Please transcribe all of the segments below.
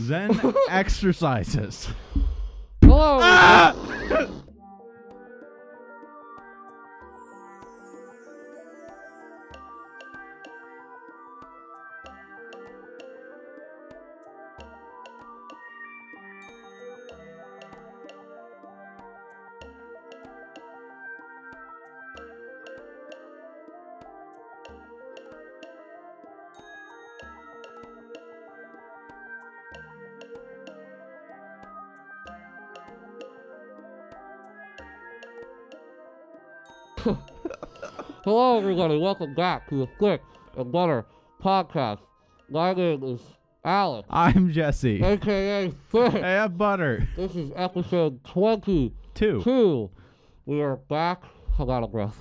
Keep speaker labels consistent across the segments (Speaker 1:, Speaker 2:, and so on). Speaker 1: Zen exercises.
Speaker 2: Hello. Hello, everybody. Welcome back to the Thick and Butter podcast. My name is Alex,
Speaker 1: I'm Jesse. Hey,
Speaker 2: aka Thick.
Speaker 1: I have butter.
Speaker 2: This is episode 22.
Speaker 1: Two.
Speaker 2: We are back. I'm out of breath.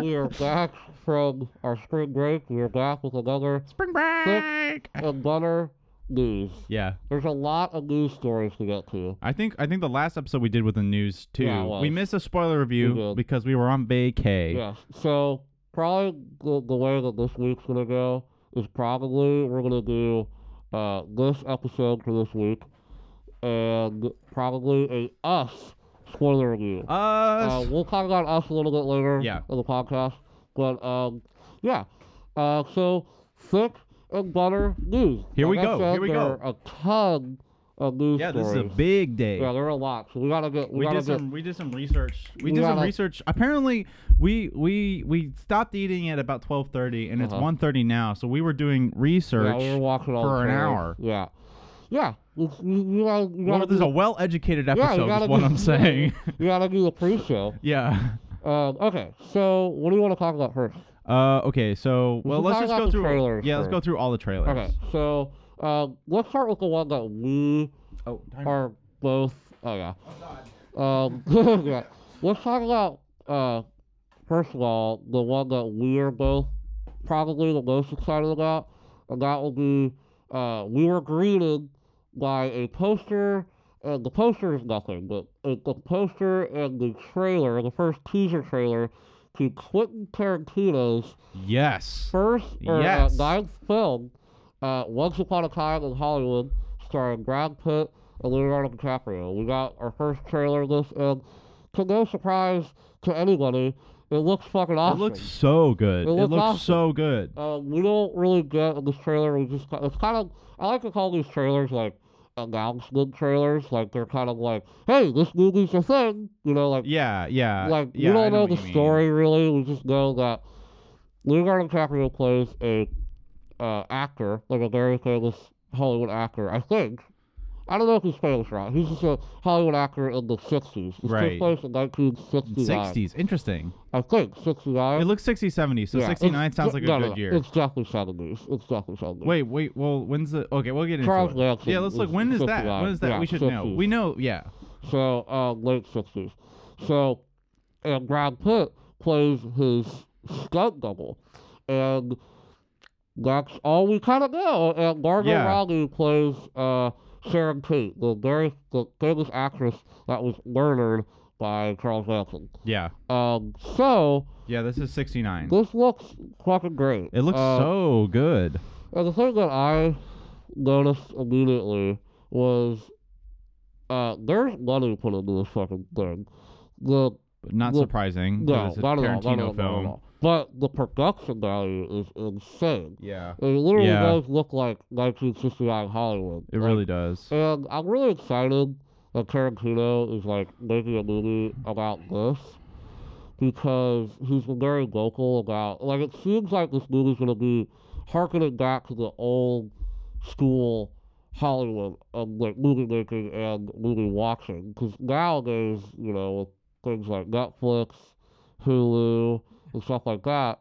Speaker 2: We are back from our spring break. We are back with another
Speaker 1: Spring break.
Speaker 2: and Butter news.
Speaker 1: Yeah.
Speaker 2: There's a lot of news stories to get to.
Speaker 1: I think I think the last episode we did with the news too.
Speaker 2: Yeah, it was.
Speaker 1: we missed a spoiler
Speaker 2: We
Speaker 1: review
Speaker 2: did.
Speaker 1: because we were on vacay.
Speaker 2: Yeah. So probably the, the way that this week's gonna go is probably we're gonna do uh, this episode for this week, and probably a us spoiler review. Uh,
Speaker 1: Us.
Speaker 2: we'll talk about us a little bit later
Speaker 1: Yeah.
Speaker 2: in the podcast, but um, yeah. Uh, so thick and butter news.
Speaker 1: Here we
Speaker 2: Like I
Speaker 1: go,
Speaker 2: said,
Speaker 1: here we
Speaker 2: there
Speaker 1: go.
Speaker 2: Are a ton of news
Speaker 1: yeah, this
Speaker 2: stories.
Speaker 1: is a big day.
Speaker 2: Yeah, there are a lot. So we gotta get. We,
Speaker 1: we
Speaker 2: gotta
Speaker 1: did
Speaker 2: get.
Speaker 1: some we did some research. We,
Speaker 2: We
Speaker 1: did some
Speaker 2: gotta-
Speaker 1: research. Apparently, we we we stopped eating at about 12:30 and it's
Speaker 2: Uh-huh.
Speaker 1: 1:30 now. So we were doing research.
Speaker 2: Yeah, we were walking all
Speaker 1: for
Speaker 2: the
Speaker 1: an
Speaker 2: trails.
Speaker 1: hour.
Speaker 2: Yeah, yeah. You, you, you gotta, you
Speaker 1: Well,
Speaker 2: gotta
Speaker 1: this is
Speaker 2: do,
Speaker 1: a well-educated
Speaker 2: you
Speaker 1: episode
Speaker 2: gotta
Speaker 1: is what
Speaker 2: do-
Speaker 1: I'm saying.
Speaker 2: you gotta do the pre-show.
Speaker 1: yeah.
Speaker 2: Um, okay, so what do you want to talk about first?
Speaker 1: Uh, okay, so
Speaker 2: We
Speaker 1: well,
Speaker 2: should
Speaker 1: let's
Speaker 2: talk
Speaker 1: just
Speaker 2: about
Speaker 1: go
Speaker 2: the
Speaker 1: through.
Speaker 2: trailers
Speaker 1: yeah, let's go
Speaker 2: first.
Speaker 1: through all the trailers.
Speaker 2: Okay, so um, let's start with the one that we
Speaker 1: Oh, time-
Speaker 2: are both. Oh yeah. Um, yeah. Let's talk about uh, first of all the one that we are both probably the most excited about, and that will be uh, we were greeted by a poster. And the poster is nothing, but uh, the poster and the trailer, the first teaser trailer to Quentin Tarantino's
Speaker 1: yes.
Speaker 2: first or
Speaker 1: Yes.
Speaker 2: uh, ninth film, uh, Once Upon a Time in Hollywood, starring Brad Pitt and Leonardo DiCaprio. We got our first trailer of this, and to no surprise to anybody, it looks fucking
Speaker 1: It
Speaker 2: awesome.
Speaker 1: looks so good.
Speaker 2: It
Speaker 1: It,
Speaker 2: looks
Speaker 1: looks
Speaker 2: awesome.
Speaker 1: so good.
Speaker 2: Uh, we don't really get in this trailer. We just it's kind of I like to call these trailers like announcement trailers. Like they're kind of like, hey, this movie's a thing, you know, like
Speaker 1: Yeah, yeah.
Speaker 2: like
Speaker 1: Uh, yeah,
Speaker 2: we
Speaker 1: I
Speaker 2: don't know
Speaker 1: what
Speaker 2: the
Speaker 1: you mean.
Speaker 2: story really. We just know that Leonardo DiCaprio plays a uh, actor, like a very famous Hollywood actor. I think. I don't know if he's famous or not. He's just a Hollywood actor in the sixties. This took
Speaker 1: Right.
Speaker 2: place in nineteen sixty nine.
Speaker 1: 60s, interesting.
Speaker 2: I think sixty
Speaker 1: It
Speaker 2: nine.
Speaker 1: looks 60, 70, so 69 sounds like a
Speaker 2: no,
Speaker 1: good
Speaker 2: no, no.
Speaker 1: year.
Speaker 2: It's definitely seventies. It's definitely seventies.
Speaker 1: Wait, wait. Well, when's the? Okay, we'll get into
Speaker 2: Charles
Speaker 1: it.
Speaker 2: Manson
Speaker 1: yeah, let's look.
Speaker 2: was
Speaker 1: When is that?
Speaker 2: 59.
Speaker 1: When is that?
Speaker 2: Yeah,
Speaker 1: we should know.
Speaker 2: 60s.
Speaker 1: We know. Yeah.
Speaker 2: So uh, late sixties. So and Brad Pitt plays his stunt double, and that's all we kind of know. And Margot
Speaker 1: Yeah.
Speaker 2: Robbie plays uh, Sharon Tate, the very the famous actress that was murdered by Charles Manson.
Speaker 1: Yeah.
Speaker 2: Um, so
Speaker 1: Yeah. This is 69.
Speaker 2: this looks fucking great.
Speaker 1: It looks
Speaker 2: Uh,
Speaker 1: so good.
Speaker 2: and the thing that I noticed immediately was uh, there's money put into this fucking thing. The
Speaker 1: But Not
Speaker 2: look-
Speaker 1: surprising. 'cause
Speaker 2: no,
Speaker 1: it's a
Speaker 2: not at, all,
Speaker 1: Tarantino
Speaker 2: not at all, not at
Speaker 1: film.
Speaker 2: all. But the production value is insane.
Speaker 1: Yeah.
Speaker 2: It literally
Speaker 1: Yeah.
Speaker 2: does look like 1969 Hollywood.
Speaker 1: It
Speaker 2: Like, uh,
Speaker 1: really does.
Speaker 2: And I'm really excited that Tarantino is like making a movie about this because he's been very vocal about like it seems like this movie's gonna be harkening back to the old school Hollywood of like movie making and movie watching because nowadays you know with things like Netflix, Hulu, and stuff like that,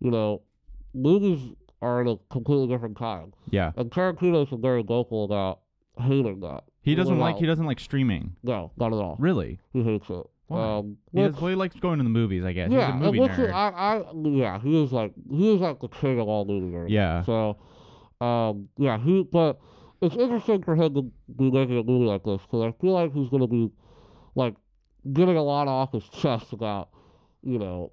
Speaker 2: you know, movies are in a completely different time.
Speaker 1: Yeah.
Speaker 2: And Tarantino's been very vocal about hating that.
Speaker 1: He doesn't
Speaker 2: Well,
Speaker 1: like. He doesn't like streaming.
Speaker 2: No, not at all.
Speaker 1: Really.
Speaker 2: He hates it.
Speaker 1: Why?
Speaker 2: Um,
Speaker 1: He,
Speaker 2: which-
Speaker 1: does, well, he likes going to the movies, I guess.
Speaker 2: yeah,
Speaker 1: He's a
Speaker 2: and
Speaker 1: movie
Speaker 2: which is-
Speaker 1: nerd.
Speaker 2: I, I, yeah, he is like he is like the king of all movie nerds.
Speaker 1: Yeah.
Speaker 2: So, um, yeah, he. But it's interesting for him to be making a movie like this because I feel like he's gonna be like getting a lot off his chest about you know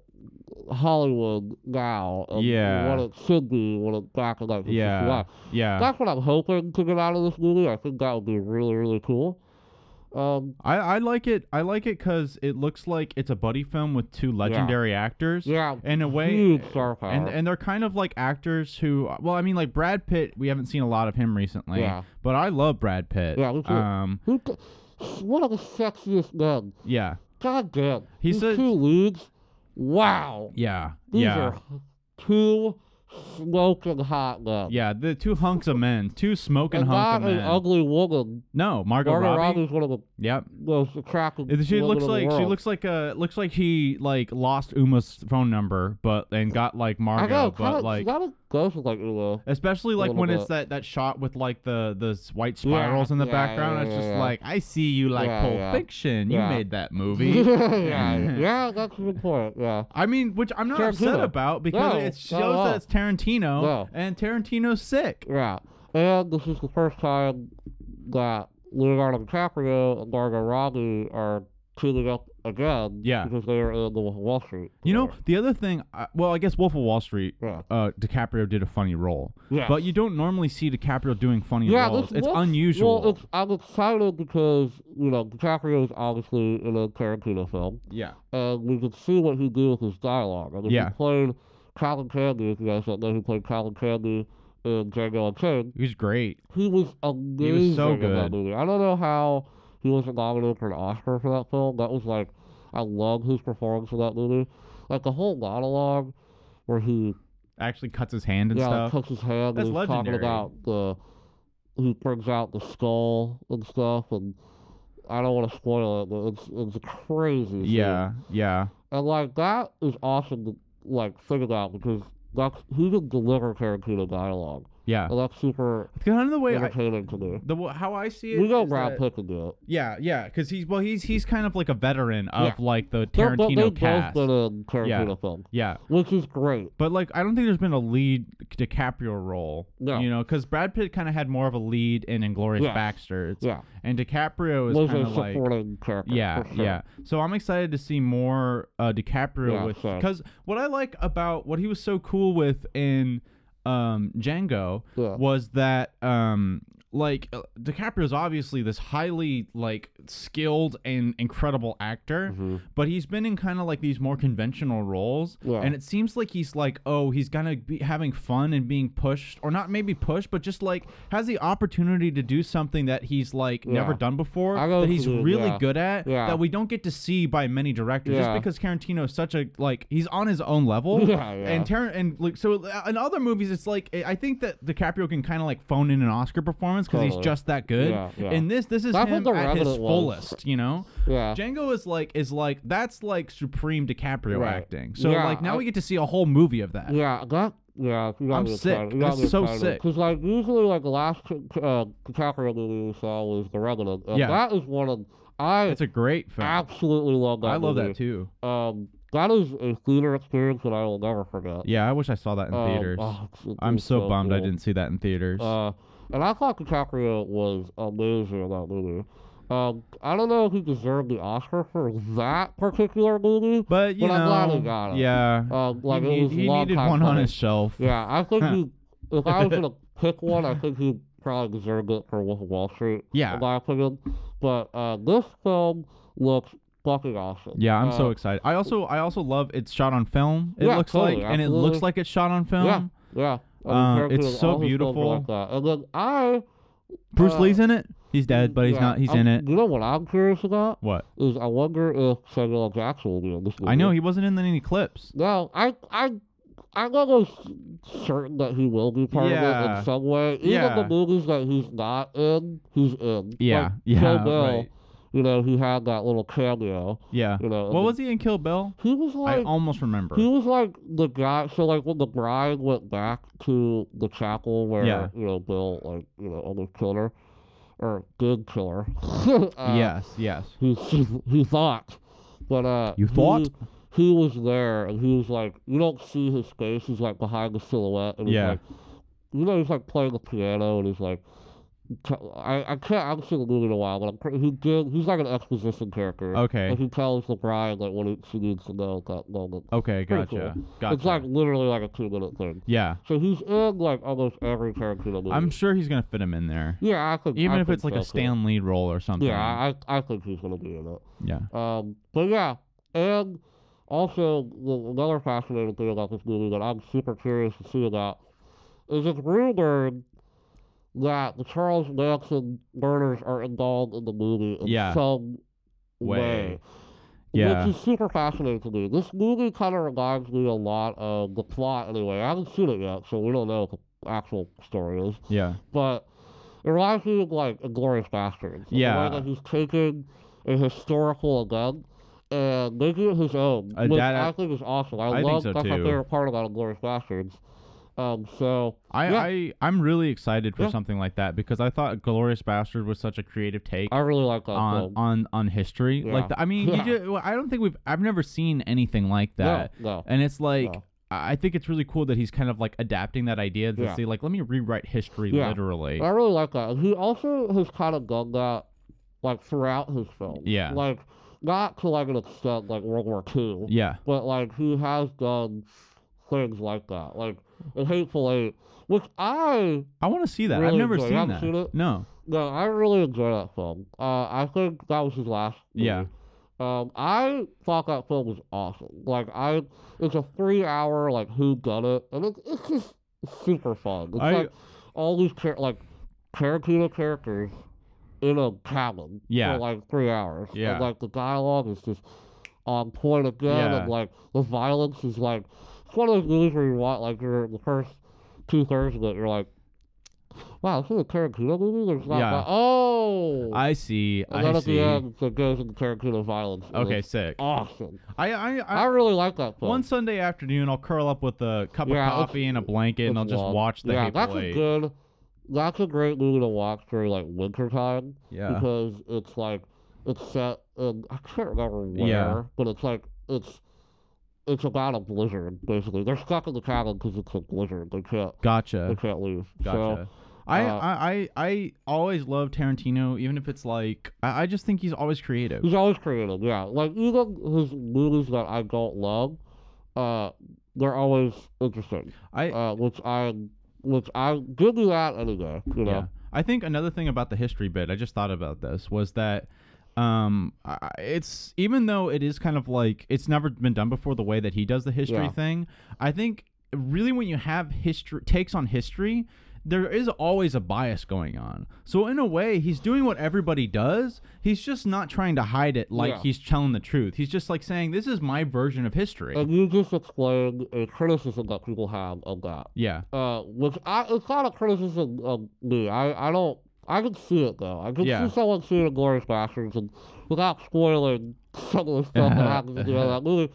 Speaker 2: Hollywood now. And
Speaker 1: Yeah.
Speaker 2: What it should be when it's back in like
Speaker 1: Yeah.
Speaker 2: 1969.
Speaker 1: yeah.
Speaker 2: That's what I'm hoping to get out of this movie. I think that would be really, really cool. Um,
Speaker 1: I, I like it. I like it because it looks like it's a buddy film with two legendary actors.
Speaker 2: yeah.
Speaker 1: In a way,
Speaker 2: Huge star power.
Speaker 1: And and they're kind of like actors who, well, I mean, like Brad Pitt. We haven't seen a lot of him recently.
Speaker 2: Yeah.
Speaker 1: But I love Brad Pitt.
Speaker 2: Yeah, me too.
Speaker 1: Um.
Speaker 2: Who c- one of the sexiest men.
Speaker 1: Yeah.
Speaker 2: God damn.
Speaker 1: He
Speaker 2: These
Speaker 1: said-
Speaker 2: two leads. Wow.
Speaker 1: Yeah.
Speaker 2: These
Speaker 1: yeah.
Speaker 2: are two smoking hot men.
Speaker 1: Yeah. The two hunks of men, two smoking
Speaker 2: And
Speaker 1: hunk
Speaker 2: not
Speaker 1: of
Speaker 2: an
Speaker 1: men.
Speaker 2: ugly woman.
Speaker 1: no, Margot,
Speaker 2: Margot
Speaker 1: Robbie.
Speaker 2: Robbie's one of the
Speaker 1: Yep.
Speaker 2: most attractive.
Speaker 1: And She
Speaker 2: women
Speaker 1: looks
Speaker 2: in the
Speaker 1: like she
Speaker 2: world.
Speaker 1: looks like uh looks like he like lost Uma's phone number, but and got like Margot,
Speaker 2: I know,
Speaker 1: but
Speaker 2: kinda,
Speaker 1: like.
Speaker 2: kinda goes with like Ulo.
Speaker 1: Especially like
Speaker 2: little
Speaker 1: when it's
Speaker 2: bit.
Speaker 1: that, that shot with like the the s- white spirals in the
Speaker 2: yeah,
Speaker 1: background.
Speaker 2: yeah,
Speaker 1: it's just
Speaker 2: yeah.
Speaker 1: like I see you like
Speaker 2: Yeah,
Speaker 1: Pulp
Speaker 2: yeah.
Speaker 1: Fiction.
Speaker 2: Yeah.
Speaker 1: You made that movie.
Speaker 2: yeah, yeah, that's a good point. Yeah,
Speaker 1: I mean, which I'm not upset
Speaker 2: Tarantino.
Speaker 1: about because
Speaker 2: No,
Speaker 1: it
Speaker 2: not
Speaker 1: shows
Speaker 2: at all.
Speaker 1: that it's Tarantino
Speaker 2: No.
Speaker 1: and Tarantino's sick.
Speaker 2: yeah. And this is the first time that Leonardo DiCaprio and Margot Robbie are teaming up again.
Speaker 1: Yeah.
Speaker 2: because they are in the Wall Street.
Speaker 1: You know,
Speaker 2: together.
Speaker 1: the other thing, I, well, I guess Wolf of Wall Street,
Speaker 2: Yeah.
Speaker 1: uh, DiCaprio did a funny role.
Speaker 2: Yeah.
Speaker 1: But you don't normally see DiCaprio doing funny
Speaker 2: yeah,
Speaker 1: roles.
Speaker 2: this
Speaker 1: It's
Speaker 2: looks-
Speaker 1: unusual.
Speaker 2: Well, it's, I'm excited because you know DiCaprio is obviously in a Tarantino film.
Speaker 1: yeah.
Speaker 2: and we could see what he did with his dialogue. And if
Speaker 1: Yeah.
Speaker 2: he played Colin Candy, if you guys don't know who played Colin Candy in Django Unchained,
Speaker 1: He was great.
Speaker 2: he was amazing
Speaker 1: so
Speaker 2: in that
Speaker 1: good.
Speaker 2: movie. I don't know how he wasn't nominated for an Oscar for that film. That was like, I love his performance in that movie. Like the whole monologue where he
Speaker 1: Actually cuts his hand and
Speaker 2: yeah,
Speaker 1: stuff.
Speaker 2: tucks his hand
Speaker 1: That's
Speaker 2: and he's talking
Speaker 1: legendary.
Speaker 2: about the he brings out the skull and stuff and I don't want to spoil it, but it's it's crazy. scene.
Speaker 1: yeah, yeah.
Speaker 2: And like that is awesome to like think about because that's he can deliver Tarantino dialogue.
Speaker 1: Yeah.
Speaker 2: And that's super
Speaker 1: Kind of the way I,
Speaker 2: entertaining to me.
Speaker 1: the w- how I see it.
Speaker 2: We know
Speaker 1: is
Speaker 2: Brad
Speaker 1: that-
Speaker 2: Pitt can do it.
Speaker 1: Yeah, yeah, because he's well, he's he's kind of like a veteran of like the
Speaker 2: They're-
Speaker 1: Tarantino
Speaker 2: they
Speaker 1: cast.
Speaker 2: both been in Tarantino
Speaker 1: Yeah.
Speaker 2: films,
Speaker 1: yeah,
Speaker 2: which is great.
Speaker 1: but like I don't think there's been a lead DiCaprio role.
Speaker 2: No.
Speaker 1: you know, because Brad Pitt kind of had more of a lead in Inglorious
Speaker 2: Yeah.
Speaker 1: Baxter,
Speaker 2: Yeah,
Speaker 1: and DiCaprio is
Speaker 2: was
Speaker 1: kind
Speaker 2: a
Speaker 1: of like.
Speaker 2: supporting character.
Speaker 1: Yeah,
Speaker 2: for sure.
Speaker 1: yeah. So I'm excited to see more uh, DiCaprio
Speaker 2: Yeah,
Speaker 1: with
Speaker 2: same.
Speaker 1: because what I like about what he was so cool with in um, Django
Speaker 2: Yeah.
Speaker 1: was that um, like uh, DiCaprio's obviously this highly like skilled and incredible actor,
Speaker 2: Mhm.
Speaker 1: but he's been in kind of like these more conventional roles,
Speaker 2: Yeah.
Speaker 1: and it seems like he's like oh he's gonna be having fun and being pushed or not maybe pushed but just like has the opportunity to do something that he's like never
Speaker 2: Yeah.
Speaker 1: done before
Speaker 2: I know
Speaker 1: that
Speaker 2: what
Speaker 1: he's
Speaker 2: you mean,
Speaker 1: really
Speaker 2: yeah.
Speaker 1: good at
Speaker 2: Yeah.
Speaker 1: that we don't get to see by many directors
Speaker 2: Yeah.
Speaker 1: just because Tarantino is such a like he's on his own level
Speaker 2: Yeah, yeah.
Speaker 1: and Tar- and like so uh, in other movies it's like I I think that DiCaprio can kind of like phone in an Oscar performance because he's
Speaker 2: Totally.
Speaker 1: just that good
Speaker 2: Yeah, yeah.
Speaker 1: and this this is
Speaker 2: That's what
Speaker 1: him
Speaker 2: The
Speaker 1: at his
Speaker 2: Revenant was.
Speaker 1: fullest you know
Speaker 2: Yeah.
Speaker 1: Django is like is like that's like supreme DiCaprio
Speaker 2: Right.
Speaker 1: acting so
Speaker 2: Yeah,
Speaker 1: like now
Speaker 2: I-
Speaker 1: we get to see a whole movie of that
Speaker 2: Yeah, that yeah, you gotta
Speaker 1: I'm
Speaker 2: be
Speaker 1: sick.
Speaker 2: excited. You gotta
Speaker 1: That's
Speaker 2: be
Speaker 1: so
Speaker 2: excited.
Speaker 1: sick.
Speaker 2: Cause like usually like the last c- uh, Caprio movie we saw was The Revenant. And
Speaker 1: Yeah.
Speaker 2: that is one of I
Speaker 1: it's a great film
Speaker 2: absolutely love that.
Speaker 1: I love
Speaker 2: movie.
Speaker 1: that too
Speaker 2: Um, that is a theater experience that I will never forget.
Speaker 1: yeah I wish I saw that in
Speaker 2: Um,
Speaker 1: theaters
Speaker 2: oh, it's- it
Speaker 1: I'm
Speaker 2: was
Speaker 1: so, bummed I
Speaker 2: cool.
Speaker 1: didn't see that in theaters
Speaker 2: Uh, and I thought DiCaprio was amazing in that movie. Um, I don't know if he deserved the Oscar for that particular movie.
Speaker 1: But you
Speaker 2: But I'm
Speaker 1: know,
Speaker 2: glad he got it.
Speaker 1: yeah,
Speaker 2: Um, like
Speaker 1: he,
Speaker 2: it
Speaker 1: need-
Speaker 2: was a
Speaker 1: he
Speaker 2: long
Speaker 1: needed
Speaker 2: time
Speaker 1: one on
Speaker 2: coming.
Speaker 1: his shelf.
Speaker 2: Yeah, I think
Speaker 1: Huh.
Speaker 2: he. If I was gonna pick one, I think he probably deserved it for Wolf of Wall Street.
Speaker 1: Yeah.
Speaker 2: in my opinion. But uh, this film looks fucking awesome.
Speaker 1: Yeah, I'm so
Speaker 2: Uh,
Speaker 1: excited. I also, I also love it's shot on film. It
Speaker 2: Yeah,
Speaker 1: looks
Speaker 2: totally,
Speaker 1: like, and it looks
Speaker 2: absolutely.
Speaker 1: like it's shot on film.
Speaker 2: Yeah, yeah.
Speaker 1: Um,
Speaker 2: Tarantino
Speaker 1: it's
Speaker 2: and
Speaker 1: so
Speaker 2: all his films are
Speaker 1: beautiful.
Speaker 2: Like that. And then I.
Speaker 1: Bruce
Speaker 2: uh,
Speaker 1: Lee's in it. He's dead, but he's
Speaker 2: yeah,
Speaker 1: not. He's in
Speaker 2: I'm-
Speaker 1: it.
Speaker 2: You know what I'm curious about
Speaker 1: What?
Speaker 2: is I wonder if Samuel L. Jackson will be in this movie.
Speaker 1: I know he wasn't in any clips.
Speaker 2: No, I I I'm almost certain that he will be part of it
Speaker 1: Yeah.
Speaker 2: in some way. Even
Speaker 1: Yeah.
Speaker 2: the movies that he's not in, he's in.
Speaker 1: Yeah,
Speaker 2: Like,
Speaker 1: yeah,
Speaker 2: Kill Bill,
Speaker 1: right.
Speaker 2: you know, he had that little cameo.
Speaker 1: Yeah.
Speaker 2: You know,
Speaker 1: What was he in Kill Bill?
Speaker 2: he was
Speaker 1: I
Speaker 2: like
Speaker 1: almost remember.
Speaker 2: he was like the guy. So like when the bride went back to the chapel where
Speaker 1: Yeah.
Speaker 2: you know Bill like you know almost killed her or did kill her. uh,
Speaker 1: Yes, yes.
Speaker 2: he, he, he thought. But uh
Speaker 1: You
Speaker 2: he-
Speaker 1: thought?
Speaker 2: he was there and he was like you don't see his face, he's like behind the silhouette and he's
Speaker 1: Yeah.
Speaker 2: like you know he's like playing the piano and he's like co- I, I can't I haven't seen the movie in a while, but I'm, pretty- he did. He's like an exposition character.
Speaker 1: Okay.
Speaker 2: And he tells LeBron like what she needs to know at that moment.
Speaker 1: Okay,
Speaker 2: Pretty
Speaker 1: gotcha.
Speaker 2: cool.
Speaker 1: Gotcha.
Speaker 2: It's like literally like a two minute thing.
Speaker 1: yeah.
Speaker 2: So he's in like almost every character in the movie.
Speaker 1: I'm sure he's gonna fit him in there.
Speaker 2: yeah, I think
Speaker 1: Even
Speaker 2: I
Speaker 1: if
Speaker 2: think
Speaker 1: it's like
Speaker 2: so,
Speaker 1: a
Speaker 2: too.
Speaker 1: Stan lead role or something.
Speaker 2: Yeah, I I I think he's gonna be in it.
Speaker 1: yeah.
Speaker 2: Um, but yeah, and also the- another fascinating thing about this movie that I'm super curious to see about is it's rumored that the Charles Manson murders are involved in the movie in
Speaker 1: Yeah.
Speaker 2: some
Speaker 1: Way.
Speaker 2: way.
Speaker 1: Yeah.
Speaker 2: Which is super fascinating to me. This movie kind of reminds me a lot of the plot, anyway. I haven't seen it yet, so we don't know what the actual story is.
Speaker 1: Yeah.
Speaker 2: But it reminds me of like Inglorious Bastards.
Speaker 1: Yeah.
Speaker 2: Like he's taking a historical event and making it his own,
Speaker 1: Uh,
Speaker 2: which
Speaker 1: that-
Speaker 2: I think is awesome. I,
Speaker 1: I think
Speaker 2: love
Speaker 1: so,
Speaker 2: that's my
Speaker 1: too.
Speaker 2: favorite part about Inglorious Bastards. Um, so
Speaker 1: I,
Speaker 2: yeah,
Speaker 1: I I'm really excited for
Speaker 2: Yeah.
Speaker 1: something like that because I thought Glorious Bastard was such a creative take
Speaker 2: I really like that
Speaker 1: on
Speaker 2: film.
Speaker 1: on on history.
Speaker 2: Yeah.
Speaker 1: Like the, I mean, you
Speaker 2: Yeah.
Speaker 1: ju- well, I don't think we've I've never seen anything like that.
Speaker 2: no, no.
Speaker 1: And it's like
Speaker 2: No.
Speaker 1: I I think it's really cool that he's kind of like adapting that idea to
Speaker 2: Yeah.
Speaker 1: see like let me rewrite history
Speaker 2: Yeah.
Speaker 1: literally.
Speaker 2: I really like that. And he also has kind of done that like throughout his films.
Speaker 1: Yeah.
Speaker 2: Like not to like an extent like World War Two.
Speaker 1: Yeah.
Speaker 2: but like who has done things like that, like in Hateful Eight, which I
Speaker 1: I want to see that. I've
Speaker 2: Really
Speaker 1: never
Speaker 2: enjoy-
Speaker 1: seen
Speaker 2: haven't
Speaker 1: that.
Speaker 2: seen it?
Speaker 1: No.
Speaker 2: no, I really enjoy that film. Uh, I think that was his last. Movie.
Speaker 1: Yeah.
Speaker 2: Um, I thought that film was awesome. Like I, it's a three-hour like who done it, and it's, it's just super fun. It's
Speaker 1: I-
Speaker 2: like all these char- like Tarantino characters in a cabin
Speaker 1: Yeah.
Speaker 2: for like three hours. And,
Speaker 1: Yeah.
Speaker 2: like the dialogue is just on point again,
Speaker 1: Yeah.
Speaker 2: and like the violence is like it's one of those movies where you watch like you're the first two thirds of it, you're like, wow, this is a Tarantino movie. There's not
Speaker 1: Yeah.
Speaker 2: that- oh.
Speaker 1: I see.
Speaker 2: and then
Speaker 1: I
Speaker 2: at the
Speaker 1: see.
Speaker 2: end, it goes into Tarantino violence. and
Speaker 1: Okay,
Speaker 2: it's
Speaker 1: sick.
Speaker 2: awesome.
Speaker 1: I I, I,
Speaker 2: I really like that film.
Speaker 1: one Sunday afternoon, I'll curl up with a cup
Speaker 2: Yeah,
Speaker 1: of
Speaker 2: it's-
Speaker 1: coffee and a blanket, and
Speaker 2: It's
Speaker 1: I'll just
Speaker 2: long.
Speaker 1: watch the
Speaker 2: yeah,
Speaker 1: Hateful
Speaker 2: that's a
Speaker 1: Eight.
Speaker 2: good. That's a great movie to watch during like winter time
Speaker 1: yeah.
Speaker 2: because it's like it's set in I can't remember where,
Speaker 1: Yeah.
Speaker 2: but it's like it's it's about a blizzard basically. They're stuck in the cabin because it's a blizzard. They can't they
Speaker 1: Gotcha.
Speaker 2: can't leave. So,
Speaker 1: Gotcha. I,
Speaker 2: uh,
Speaker 1: I, I I always love Tarantino, even if it's like I, I just think he's always creative.
Speaker 2: He's always creative, yeah. Like even his movies that I don't love, uh, they're always interesting.
Speaker 1: I
Speaker 2: Uh, which I, which I give you that anyway. You know,
Speaker 1: yeah. I think another thing about the history bit, I just thought about this, was that um I- it's even though it is kind of like it's never been done before the way that he does the history
Speaker 2: Yeah.
Speaker 1: thing, I think really when you have history takes on history, there is always a bias going on. So in a way, he's doing what everybody does. He's just not trying to hide it like
Speaker 2: Yeah.
Speaker 1: he's telling the truth. He's just like saying this is my version of history.
Speaker 2: and you just explain a criticism that people have of that.
Speaker 1: yeah.
Speaker 2: Uh, which I, it's not a criticism of me. I, I don't. I can see it though. I can
Speaker 1: Yeah.
Speaker 2: see someone seeing Glorious Bastards and without spoiling some of the stuff that happens in the end of that movie.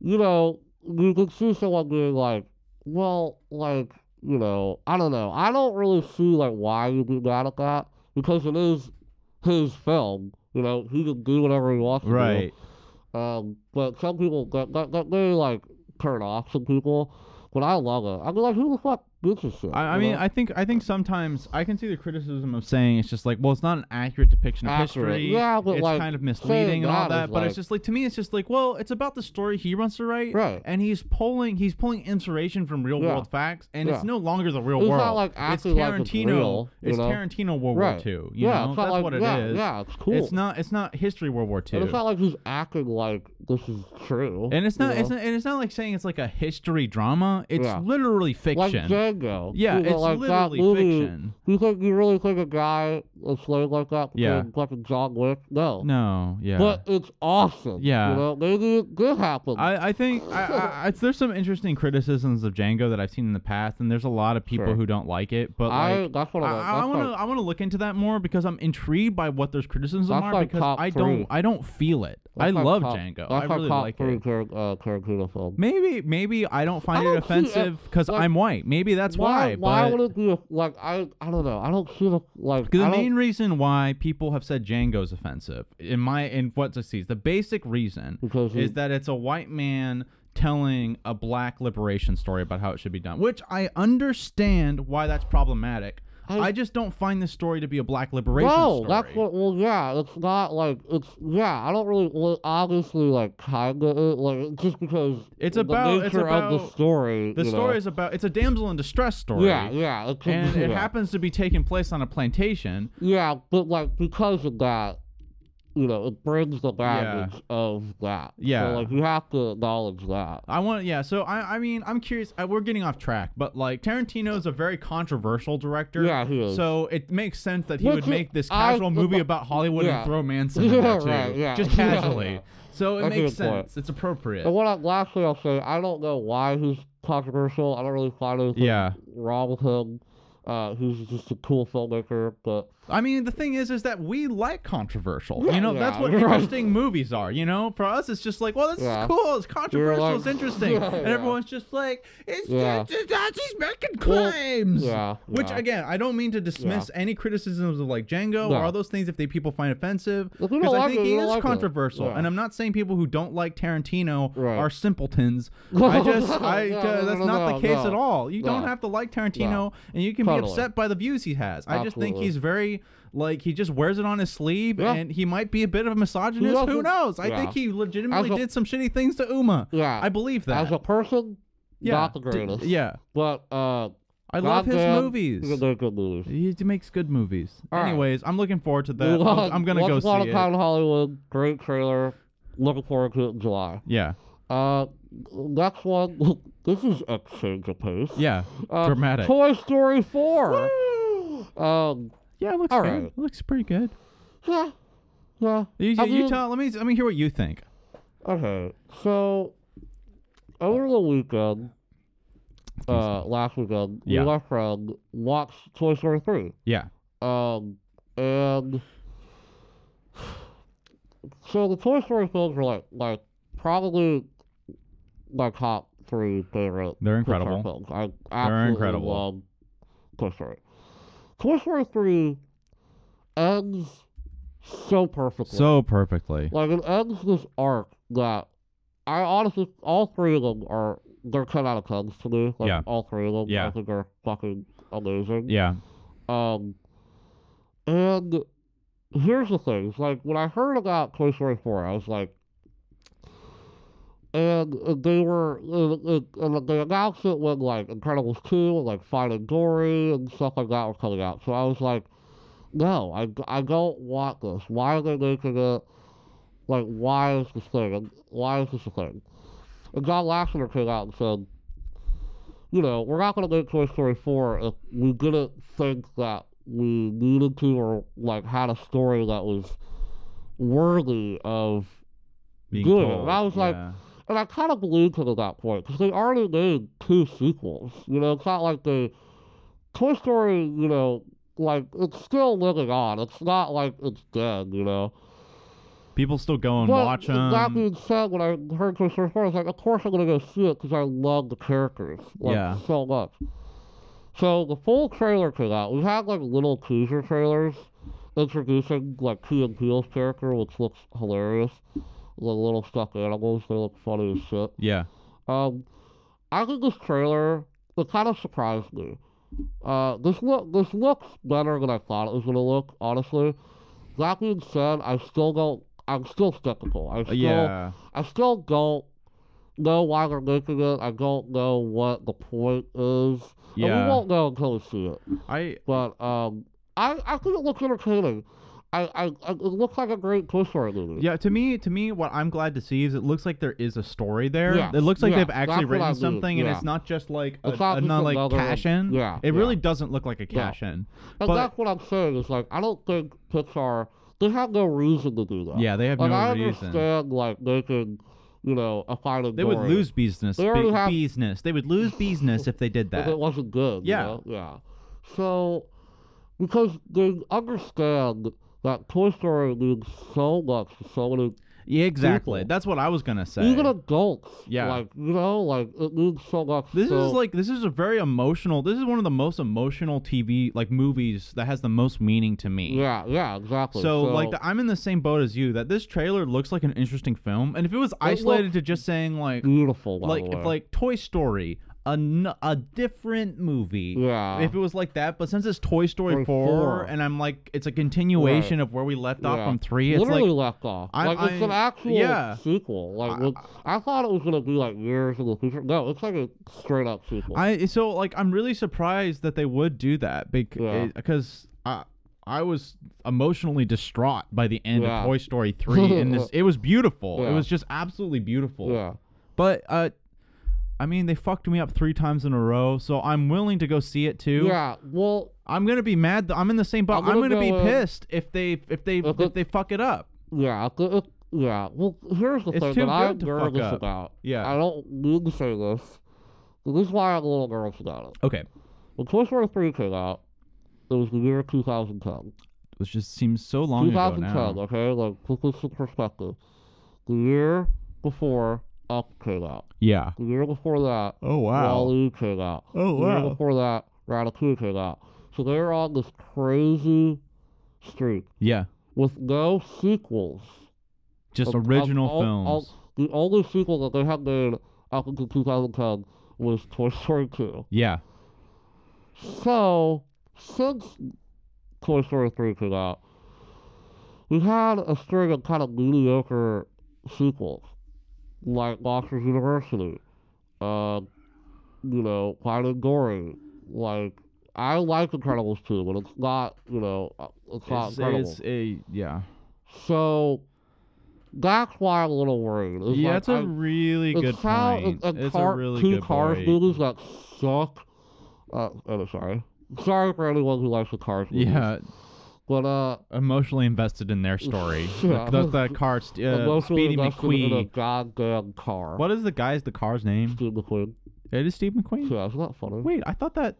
Speaker 2: You know, you can see someone being like, well, like, you know, I don't know. I don't really see like why you'd be mad at that because it is his film. You know, he can do whatever he wants to do.
Speaker 1: Right.
Speaker 2: Um, but some people that, that, that they like turn off some people. But I love it. I'm like, who the fuck did this shit?
Speaker 1: I, I
Speaker 2: you
Speaker 1: mean,
Speaker 2: know?
Speaker 1: I think I think sometimes I can see the criticism of saying it's just like, well, it's not an accurate depiction of
Speaker 2: Accurate.
Speaker 1: history.
Speaker 2: Yeah, but,
Speaker 1: it's
Speaker 2: like,
Speaker 1: kind of misleading and all
Speaker 2: that
Speaker 1: that.
Speaker 2: is,
Speaker 1: But
Speaker 2: like-
Speaker 1: it's just like to me, it's just like, well, it's about the story he wants to write,
Speaker 2: Right.
Speaker 1: And he's pulling he's pulling inspiration from real
Speaker 2: Yeah.
Speaker 1: world facts, and it's
Speaker 2: Yeah.
Speaker 1: no longer the real
Speaker 2: It's not
Speaker 1: world.
Speaker 2: like
Speaker 1: it's
Speaker 2: acting like it's
Speaker 1: Tarantino.
Speaker 2: real, you
Speaker 1: it's
Speaker 2: know?
Speaker 1: Tarantino World
Speaker 2: Right.
Speaker 1: War II. You
Speaker 2: yeah,
Speaker 1: know,
Speaker 2: it's not
Speaker 1: that's
Speaker 2: like,
Speaker 1: what it is.
Speaker 2: yeah, Yeah, it's cool.
Speaker 1: It's not it's not history World War II.
Speaker 2: And it's not like he's acting like this is true.
Speaker 1: And it's
Speaker 2: you
Speaker 1: not, it's
Speaker 2: know?
Speaker 1: not, and it's not like saying it's like a history drama. It's
Speaker 2: Yeah.
Speaker 1: literally fiction.
Speaker 2: Like Django.
Speaker 1: yeah,
Speaker 2: you know,
Speaker 1: it's
Speaker 2: like that
Speaker 1: literally
Speaker 2: movie,
Speaker 1: fiction.
Speaker 2: You think you really think a guy a slave like that became
Speaker 1: Yeah.
Speaker 2: fucking John Wick? No.
Speaker 1: No, yeah.
Speaker 2: But it's awesome.
Speaker 1: Yeah.
Speaker 2: You know, maybe it did happen.
Speaker 1: I, I think I, I, I, there's some interesting criticisms of Django that I've seen in the past, and there's a lot of people
Speaker 2: Sure.
Speaker 1: who don't like it. But
Speaker 2: I-
Speaker 1: like,
Speaker 2: that's what
Speaker 1: I,
Speaker 2: I,
Speaker 1: I
Speaker 2: that's
Speaker 1: want to
Speaker 2: like-
Speaker 1: I want to look into that more because I'm intrigued by what those criticisms
Speaker 2: That's
Speaker 1: are
Speaker 2: like
Speaker 1: because
Speaker 2: top
Speaker 1: I
Speaker 2: three.
Speaker 1: don't I don't feel it. I
Speaker 2: that's my
Speaker 1: love
Speaker 2: top-
Speaker 1: Django. I
Speaker 2: That's my
Speaker 1: really
Speaker 2: top
Speaker 1: like
Speaker 2: three
Speaker 1: it.
Speaker 2: Tar- uh, Tarantino film.
Speaker 1: Maybe maybe I don't find it
Speaker 2: I don't see it-
Speaker 1: offensive because
Speaker 2: like,
Speaker 1: I'm white. Maybe that's why.
Speaker 2: Why
Speaker 1: but
Speaker 2: would it be a, like I? I don't know. I don't see the like.
Speaker 1: The
Speaker 2: I
Speaker 1: main reason why people have said Django's offensive, in my in what I see, is the basic reason
Speaker 2: Because he-
Speaker 1: is that it's a white man telling a black liberation story about how it should be done, which I understand why that's problematic.
Speaker 2: I-
Speaker 1: I just don't find this story to be a black liberation
Speaker 2: No,
Speaker 1: story.
Speaker 2: that's what. Well, yeah, it's not like it's. Yeah, I don't really. Well, obviously, like kind of like just because
Speaker 1: It's
Speaker 2: the
Speaker 1: about- it's
Speaker 2: nature of the
Speaker 1: about-
Speaker 2: story.
Speaker 1: the
Speaker 2: you
Speaker 1: story
Speaker 2: know.
Speaker 1: is about. It's a damsel in distress story.
Speaker 2: Yeah, yeah, it could
Speaker 1: and
Speaker 2: be
Speaker 1: it
Speaker 2: that.
Speaker 1: happens to be taking place on a plantation.
Speaker 2: Yeah, but like because of that, you know, it brings the
Speaker 1: Yeah.
Speaker 2: baggage of that.
Speaker 1: Yeah.
Speaker 2: so, like you have to acknowledge that.
Speaker 1: I want, yeah. So I, I mean, I'm curious. I, we're getting off track, but like Tarantino is a very controversial director.
Speaker 2: Yeah, he is.
Speaker 1: So it makes sense that he
Speaker 2: Which
Speaker 1: would
Speaker 2: is-
Speaker 1: make this
Speaker 2: I-
Speaker 1: casual movie about Hollywood
Speaker 2: yeah.
Speaker 1: and throw Manson in
Speaker 2: Yeah,
Speaker 1: there too,
Speaker 2: right, yeah,
Speaker 1: just
Speaker 2: yeah,
Speaker 1: casually.
Speaker 2: yeah.
Speaker 1: So it
Speaker 2: That's a
Speaker 1: makes
Speaker 2: good point.
Speaker 1: sense. It's appropriate.
Speaker 2: And what I, lastly I'll say, I don't know why he's controversial. I don't really find anything
Speaker 1: Yeah.
Speaker 2: wrong with him. Uh, he's just a cool filmmaker, but
Speaker 1: I mean, the thing is, is that we like controversial.
Speaker 2: Yeah,
Speaker 1: you know, that's
Speaker 2: yeah,
Speaker 1: what
Speaker 2: right.
Speaker 1: interesting movies are. You know, for us, it's just like, well, this
Speaker 2: Yeah.
Speaker 1: is cool. It's controversial.
Speaker 2: like-
Speaker 1: it's interesting,
Speaker 2: Yeah,
Speaker 1: and
Speaker 2: yeah.
Speaker 1: everyone's just like, it's
Speaker 2: Yeah.
Speaker 1: it's- it's- that's- he's making
Speaker 2: Well,
Speaker 1: claims.
Speaker 2: yeah,
Speaker 1: Which
Speaker 2: yeah.
Speaker 1: again, I don't mean to dismiss any criticisms of like Django
Speaker 2: No.
Speaker 1: or all those things if they people find offensive,
Speaker 2: If
Speaker 1: because
Speaker 2: you don't
Speaker 1: I
Speaker 2: like
Speaker 1: think
Speaker 2: it, you
Speaker 1: he
Speaker 2: don't
Speaker 1: is
Speaker 2: like it.
Speaker 1: controversial,
Speaker 2: Yeah.
Speaker 1: and I'm not saying people who don't like Tarantino
Speaker 2: Right.
Speaker 1: are simpletons. I just, I
Speaker 2: No,
Speaker 1: uh,
Speaker 2: no,
Speaker 1: that's
Speaker 2: no,
Speaker 1: not the
Speaker 2: no,
Speaker 1: case
Speaker 2: no.
Speaker 1: at all. You don't
Speaker 2: No.
Speaker 1: have to like Tarantino,
Speaker 2: No.
Speaker 1: and you can be
Speaker 2: Totally.
Speaker 1: upset by the views he has. I just think
Speaker 2: Absolutely.
Speaker 1: he's very like he just wears it on his sleeve,
Speaker 2: Yeah.
Speaker 1: and he might be a bit of a misogynist.
Speaker 2: also-
Speaker 1: Who knows? I
Speaker 2: Yeah.
Speaker 1: think he legitimately
Speaker 2: As a-
Speaker 1: did some shitty things to Uma.
Speaker 2: yeah,
Speaker 1: I believe that.
Speaker 2: as a person,
Speaker 1: yeah,
Speaker 2: not the
Speaker 1: d-
Speaker 2: greatest.
Speaker 1: yeah,
Speaker 2: but uh,
Speaker 1: I love his
Speaker 2: goddamn,
Speaker 1: movies.
Speaker 2: He's a good, good movie.
Speaker 1: He d- makes good movies.
Speaker 2: All right.
Speaker 1: Anyways, I'm looking forward to that. I'm, I'm gonna go
Speaker 2: Once Upon
Speaker 1: see
Speaker 2: a
Speaker 1: it.
Speaker 2: Time in Hollywood, great trailer. Looking forward to it in July.
Speaker 1: Yeah,
Speaker 2: Uh, next one. This is a change of pace.
Speaker 1: yeah,
Speaker 2: Uh,
Speaker 1: dramatic.
Speaker 2: Toy Story 4. um,
Speaker 1: yeah. It looks
Speaker 2: All
Speaker 1: good.
Speaker 2: right.
Speaker 1: It looks pretty good.
Speaker 2: yeah, yeah.
Speaker 1: You,
Speaker 2: I
Speaker 1: you,
Speaker 2: mean-
Speaker 1: tell. Let me let me hear what you think.
Speaker 2: Okay, so over the weekend, uh, last weekend,
Speaker 1: Yeah.
Speaker 2: me and my friend watched Toy Story 3.
Speaker 1: Yeah.
Speaker 2: Um, and so the Toy Story films are like, like probably my top three favorite.
Speaker 1: They're
Speaker 2: Pixar
Speaker 1: incredible.
Speaker 2: Films. I absolutely
Speaker 1: incredible.
Speaker 2: love Toy Story. Toy Story three ends so perfectly.
Speaker 1: So perfectly.
Speaker 2: like it ends this arc that I honestly all three of them are they're ten out of tens to me. Like
Speaker 1: Yeah.
Speaker 2: all three of them. I
Speaker 1: Yeah.
Speaker 2: think are fucking amazing.
Speaker 1: Yeah.
Speaker 2: Um, and here's the thing: it's like when I heard about Toy Story Four, I was like, and uh, they were uh, uh, and they announced it when like Incredibles Two and like Finding Dory and stuff like that were coming out. So I was like, no, I, I don't want this. Why are they making it? Like, why is this thing? And why is this a thing? And John Lasseter came out and said, you know, we're not going to make Toy Story 4 if we didn't think that we needed to or, like, had a story that was worthy of.
Speaker 1: Being
Speaker 2: Good.
Speaker 1: told,
Speaker 2: I was like,
Speaker 1: yeah.
Speaker 2: And I kind of believed him at that point because they already made two sequels. You know, it's not like the Toy Story, you know, like, it's still living on. It's not like it's dead, you know.
Speaker 1: people still go and
Speaker 2: Well,
Speaker 1: watch
Speaker 2: with
Speaker 1: them.
Speaker 2: That being said, when I heard Chris Hemsworth, I was like, of course I'm gonna go see it because I love the characters like
Speaker 1: Yeah.
Speaker 2: so much. So the full trailer came out. We had like little teaser trailers introducing like Key and Peele's character, which looks hilarious. The little stuffed animals, they look funny as shit.
Speaker 1: yeah.
Speaker 2: Um, I think this trailer it kind of surprised me. Uh, this look this looks better than I thought it was gonna look. Honestly, that being said, I still don't. I'm still skeptical. I still
Speaker 1: Uh, yeah.
Speaker 2: I still don't know why they're making it. I don't know what the point is. And
Speaker 1: Yeah.
Speaker 2: we won't know until we see it.
Speaker 1: I
Speaker 2: But um, I I think it looks entertaining. I, I, I it looks like a great Toy Story movie.
Speaker 1: yeah. To me, to me, what I'm glad to see is it looks like there is a story there.
Speaker 2: Yeah,
Speaker 1: It looks like
Speaker 2: yeah,
Speaker 1: they've
Speaker 2: that's
Speaker 1: actually
Speaker 2: what
Speaker 1: written
Speaker 2: I mean,
Speaker 1: something,
Speaker 2: yeah.
Speaker 1: and it's not just like a,
Speaker 2: It's not
Speaker 1: a-
Speaker 2: just
Speaker 1: not like
Speaker 2: another-
Speaker 1: cash in.
Speaker 2: yeah,
Speaker 1: It
Speaker 2: yeah.
Speaker 1: really doesn't look like a
Speaker 2: Yeah.
Speaker 1: cash in.
Speaker 2: And
Speaker 1: But
Speaker 2: that's what I'm saying is like I don't think Pixar they have no reason to do that.
Speaker 1: yeah, they have
Speaker 2: like
Speaker 1: no
Speaker 2: I
Speaker 1: reason.
Speaker 2: understand like making you know a final
Speaker 1: They would lose business.
Speaker 2: They already
Speaker 1: be-
Speaker 2: have-
Speaker 1: business. They would lose business if they did
Speaker 2: if
Speaker 1: that.
Speaker 2: it wasn't good. you
Speaker 1: Yeah.
Speaker 2: know? yeah. So because they understand that Toy Story means so much to so many
Speaker 1: Yeah, exactly.
Speaker 2: people.
Speaker 1: That's what I was gonna say.
Speaker 2: even adults.
Speaker 1: Yeah.
Speaker 2: Like you know, like it means so much.
Speaker 1: This
Speaker 2: so,
Speaker 1: is like this is a very emotional. This is one of the most emotional TV like movies that has the most meaning to me.
Speaker 2: Yeah, yeah, exactly.
Speaker 1: So, like the, I'm in the same boat as you that this trailer looks like an interesting film, and if it was
Speaker 2: looks-
Speaker 1: isolated to just saying like
Speaker 2: beautiful by
Speaker 1: like
Speaker 2: the way.
Speaker 1: if like Toy Story, a, n- a different movie.
Speaker 2: Yeah.
Speaker 1: If it was like that, but since it's Toy Story
Speaker 2: Toy
Speaker 1: 4,
Speaker 2: four.
Speaker 1: and I'm like, it's a continuation of where we left off
Speaker 2: Yeah.
Speaker 1: from 3, it's
Speaker 2: Literally
Speaker 1: like,
Speaker 2: left off.
Speaker 1: I-
Speaker 2: like it's an
Speaker 1: I-
Speaker 2: actual
Speaker 1: yeah.
Speaker 2: sequel. Like with- I, thought it was gonna be like years in the future. No, it's like a straight up sequel.
Speaker 1: I so like I'm really surprised that they would do that
Speaker 2: Yeah.
Speaker 1: because I I was emotionally distraught by the end
Speaker 2: Yeah.
Speaker 1: of Toy Story 3 and this it was beautiful.
Speaker 2: Yeah.
Speaker 1: It was just absolutely beautiful.
Speaker 2: yeah.
Speaker 1: But uh I mean they fucked me up 3 times in a row, so I'm willing to go see it too.
Speaker 2: Yeah. Well,
Speaker 1: I'm going to be mad that I'm in the same boat.
Speaker 2: I'm
Speaker 1: I'm
Speaker 2: gonna
Speaker 1: gonna, be
Speaker 2: go, uh,
Speaker 1: pissed if they if they
Speaker 2: Okay.
Speaker 1: if they fuck it up.
Speaker 2: yeah. It, it, yeah. Well, here's the
Speaker 1: It's
Speaker 2: thing
Speaker 1: too
Speaker 2: that I'm
Speaker 1: good to fuck
Speaker 2: nervous
Speaker 1: up.
Speaker 2: about.
Speaker 1: Yeah.
Speaker 2: I don't need to say this. But this is why I'm a little nervous about it.
Speaker 1: Okay.
Speaker 2: When Toy Story 3 came out, it was the year 2010.
Speaker 1: Which just seems so long ago
Speaker 2: 2010,
Speaker 1: now.
Speaker 2: okay? Like, put this in perspective. The year before Up came out.
Speaker 1: Yeah.
Speaker 2: The year before that,
Speaker 1: Oh
Speaker 2: Wall-E came out.
Speaker 1: Oh,
Speaker 2: The year
Speaker 1: wow.
Speaker 2: before that, Ratatouille came out. So they were on this crazy streak
Speaker 1: Yeah.
Speaker 2: with no sequels.
Speaker 1: Just
Speaker 2: Of- of
Speaker 1: original
Speaker 2: all-
Speaker 1: films.
Speaker 2: all- the only sequel that they had made up until 2010 was Toy Story 2.
Speaker 1: yeah.
Speaker 2: So, since Toy Story 3 came out, we had a string of kind of mediocre sequels, like Monsters University, uh, you know, Finding Dory. Like, I like Incredibles 2, but it's not, you know, uh, it's, not
Speaker 1: It's,
Speaker 2: Incredibles.
Speaker 1: it's a yeah.
Speaker 2: So, that's why I'm a little worried. It's
Speaker 1: yeah,
Speaker 2: like,
Speaker 1: it's a
Speaker 2: I-
Speaker 1: really
Speaker 2: it's
Speaker 1: good
Speaker 2: how-
Speaker 1: point.
Speaker 2: and- and
Speaker 1: it's
Speaker 2: car-
Speaker 1: a really
Speaker 2: two
Speaker 1: good
Speaker 2: Cars
Speaker 1: point.
Speaker 2: movies that suck. Uh, oh, sorry. Sorry for anyone who likes the Cars movies.
Speaker 1: Yeah,
Speaker 2: But, uh,
Speaker 1: emotionally invested in their story.
Speaker 2: Yeah.
Speaker 1: yeah. the, the car, st- uh,
Speaker 2: emotionally
Speaker 1: Speedy
Speaker 2: invested in a
Speaker 1: McQueen.
Speaker 2: goddamn car.
Speaker 1: What is the guy's the car's name?
Speaker 2: Speedy McQueen.
Speaker 1: It is Steve McQueen.
Speaker 2: Yeah, isn't that funny?
Speaker 1: Wait, I thought that.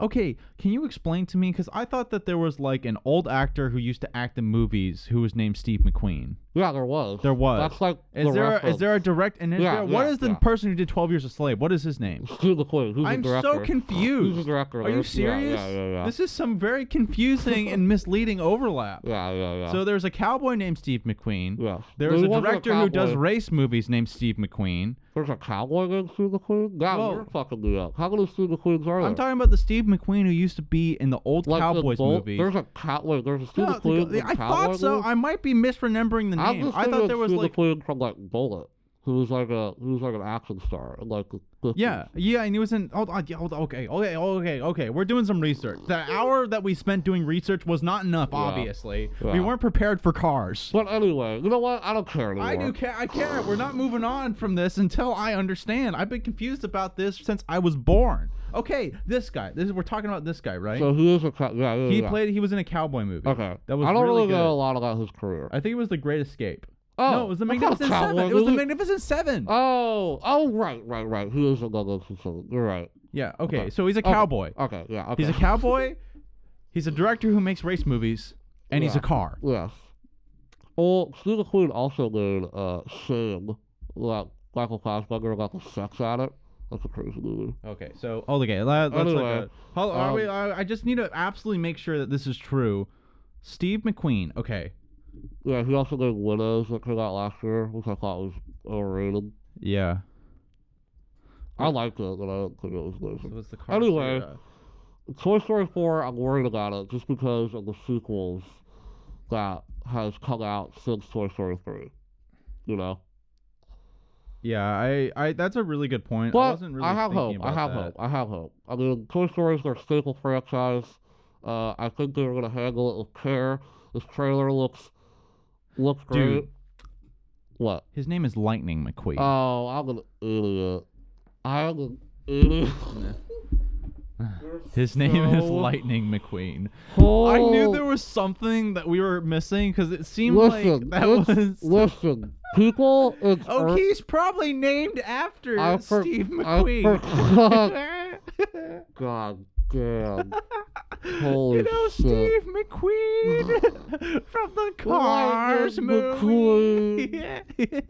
Speaker 1: Okay, can you explain to me? Because I thought that there was like an old actor who used to act in movies who was named Steve McQueen.
Speaker 2: Yeah, there was.
Speaker 1: There was.
Speaker 2: That's like
Speaker 1: Is
Speaker 2: the
Speaker 1: there a,
Speaker 2: reference.
Speaker 1: is there a direct and is
Speaker 2: Yeah,
Speaker 1: there, what
Speaker 2: yeah,
Speaker 1: is the
Speaker 2: yeah.
Speaker 1: person who did Twelve Years a Slave? What is his name?
Speaker 2: Speedy McQueen. Who's
Speaker 1: I'm
Speaker 2: the
Speaker 1: so
Speaker 2: director? Who's the
Speaker 1: confused.
Speaker 2: director?
Speaker 1: Are you
Speaker 2: There's- yeah,
Speaker 1: serious?
Speaker 2: Yeah, yeah, yeah.
Speaker 1: This is some very confusing and misleading overlap.
Speaker 2: yeah, yeah, yeah.
Speaker 1: So there's a cowboy named Steve McQueen.
Speaker 2: yeah.
Speaker 1: There's
Speaker 2: There
Speaker 1: a
Speaker 2: wasn't
Speaker 1: director who does
Speaker 2: cowboy.
Speaker 1: race movies named Steve McQueen.
Speaker 2: There's a cowboy named Speedy McQueen? God,
Speaker 1: Whoa.
Speaker 2: you're fucking me up. How many Speedy McQueens are there?
Speaker 1: I'm talking about the Steve McQueen who used to be in the old
Speaker 2: like
Speaker 1: Cowboys
Speaker 2: the bull-
Speaker 1: movie.
Speaker 2: There's a cow. Wait, there's a
Speaker 1: No,
Speaker 2: Stephen
Speaker 1: the-
Speaker 2: Queen.
Speaker 1: Oh, the- I thought so. I might be misremembering the
Speaker 2: I'm
Speaker 1: name.
Speaker 2: just
Speaker 1: I
Speaker 2: thinking
Speaker 1: thought there
Speaker 2: of
Speaker 1: was
Speaker 2: Stephen
Speaker 1: like
Speaker 2: Queen from like Bullet, who was like a who was like an action star, and like the- the-
Speaker 1: yeah, yeah, and he was in. Hold on, yeah, hold on, okay, okay, okay, okay. We're doing some research. The hour that we spent doing research was not enough. Obviously,
Speaker 2: Yeah.
Speaker 1: we weren't prepared for cars.
Speaker 2: But anyway, you know what? I don't care anymore.
Speaker 1: I do care. I care. We're not moving on from this until I understand. I've been confused about this since I was born. Okay, this guy. This is we're talking about this guy, right?
Speaker 2: So he is a cow. Yeah, yeah,
Speaker 1: he
Speaker 2: yeah.
Speaker 1: played. He was in a cowboy movie.
Speaker 2: Okay.
Speaker 1: That was
Speaker 2: I don't
Speaker 1: really
Speaker 2: really know
Speaker 1: good.
Speaker 2: a lot about his career.
Speaker 1: I think it was The Great Escape.
Speaker 2: oh,
Speaker 1: no, it was The
Speaker 2: that's not a
Speaker 1: Magnificent Seven.
Speaker 2: cowboy
Speaker 1: It was The
Speaker 2: movie.
Speaker 1: Magnificent Seven.
Speaker 2: Oh, oh, right, right, right. He is a Magnificent Seven. You're right.
Speaker 1: yeah. Okay.
Speaker 2: okay.
Speaker 1: So he's a
Speaker 2: Okay,
Speaker 1: cowboy.
Speaker 2: Okay, yeah. Okay.
Speaker 1: He's a cowboy. He's a director who makes race movies, and he's
Speaker 2: Yeah.
Speaker 1: a car.
Speaker 2: Yes. Well, Stephen Queen also made uh, Shame, like Michael Fassbender about the sex addict. That's a crazy movie.
Speaker 1: Okay, so oh, okay. That, that's
Speaker 2: Anyway,
Speaker 1: like a, hold, are
Speaker 2: um,
Speaker 1: we, I, I just need to absolutely make sure that this is true. Steve McQueen. Okay.
Speaker 2: Yeah, he also did Widows that came out last year, which I thought was overrated.
Speaker 1: Yeah.
Speaker 2: I liked it, but I don't think it was
Speaker 1: So
Speaker 2: amazing.
Speaker 1: what's the car?
Speaker 2: Anyway.
Speaker 1: Yeah.
Speaker 2: Toy Story 4, I'm worried about it just because of the sequels that has come out since Toy Story 3. You know?
Speaker 1: Yeah, I, I. That's a really good point. I
Speaker 2: But
Speaker 1: wasn't really.
Speaker 2: I have hope.
Speaker 1: thinking
Speaker 2: I have
Speaker 1: about
Speaker 2: hope. I have hope. I mean, Toy Story is their staple franchise. Uh, I think they're gonna handle it with care. This trailer looks looks great.
Speaker 1: Dude.
Speaker 2: What?
Speaker 1: His name is Lightning McQueen.
Speaker 2: Oh, uh, I'm an idiot. I'm an idiot.
Speaker 1: His name is
Speaker 2: so-
Speaker 1: Lightning McQueen.
Speaker 2: Oh,
Speaker 1: I knew there was something that we were missing because it seemed like
Speaker 2: Listen,
Speaker 1: that was.
Speaker 2: it's- listen, people. It's
Speaker 1: Oh,
Speaker 2: ear-
Speaker 1: he's probably named after
Speaker 2: I for-
Speaker 1: Steve
Speaker 2: I
Speaker 1: McQueen.
Speaker 2: forgot. God damn. Holy
Speaker 1: you know,
Speaker 2: shit.
Speaker 1: Steve McQueen from the Cars
Speaker 2: Lightning
Speaker 1: movie. Yeah.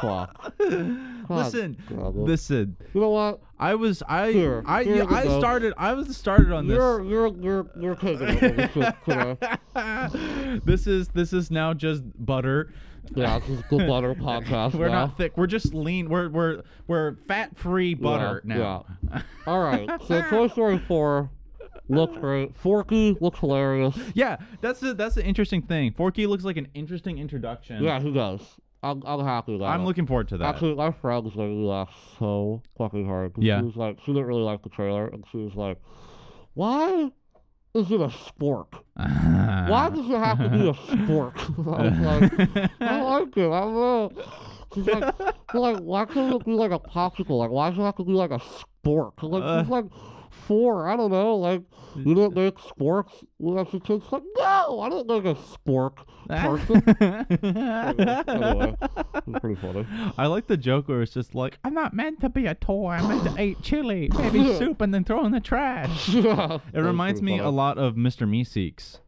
Speaker 2: Fuck.
Speaker 1: listen,
Speaker 2: God.
Speaker 1: listen.
Speaker 2: You know what?
Speaker 1: I was I
Speaker 2: Here,
Speaker 1: I
Speaker 2: here
Speaker 1: yeah,
Speaker 2: we
Speaker 1: I
Speaker 2: go.
Speaker 1: started I was started on
Speaker 2: You're you're you're you're taking over this shit, you know?
Speaker 1: this. this is this is now just butter.
Speaker 2: Yeah, this is good butter podcast.
Speaker 1: We're
Speaker 2: now.
Speaker 1: not thick. We're just lean. We're we're we're fat free butter now. Yeah.
Speaker 2: All right. So Toy Story 4 looks great. Forky looks hilarious.
Speaker 1: that's a, that's an interesting thing. Forky looks like an interesting introduction.
Speaker 2: Yeah, he does. I'm, I'm happy about
Speaker 1: I'm
Speaker 2: it.
Speaker 1: looking forward to that.
Speaker 2: Actually, my friend was making me laugh so fucking hard. 'cause
Speaker 1: Yeah.
Speaker 2: She was like, she didn't really like the trailer, and she was like, why is it a spork? Why
Speaker 1: Uh-huh.
Speaker 2: does it have to be a spork? I was like, I like it. I don't know. She's like, she's like, why can't it be like a popsicle? Like, why does it have to be like a spork? I'm Like,
Speaker 1: Uh.
Speaker 2: it's like four. I don't know. Like, you don't make sporks? Well, that's the kid's like, no, I don't make a spork person. anyway, it's pretty funny.
Speaker 1: I like the joke where it's just like, I'm not meant to be a toy. I'm meant to eat chili, maybe soup, and then throw in the trash. It reminds me a lot of Mr. Meeseeks,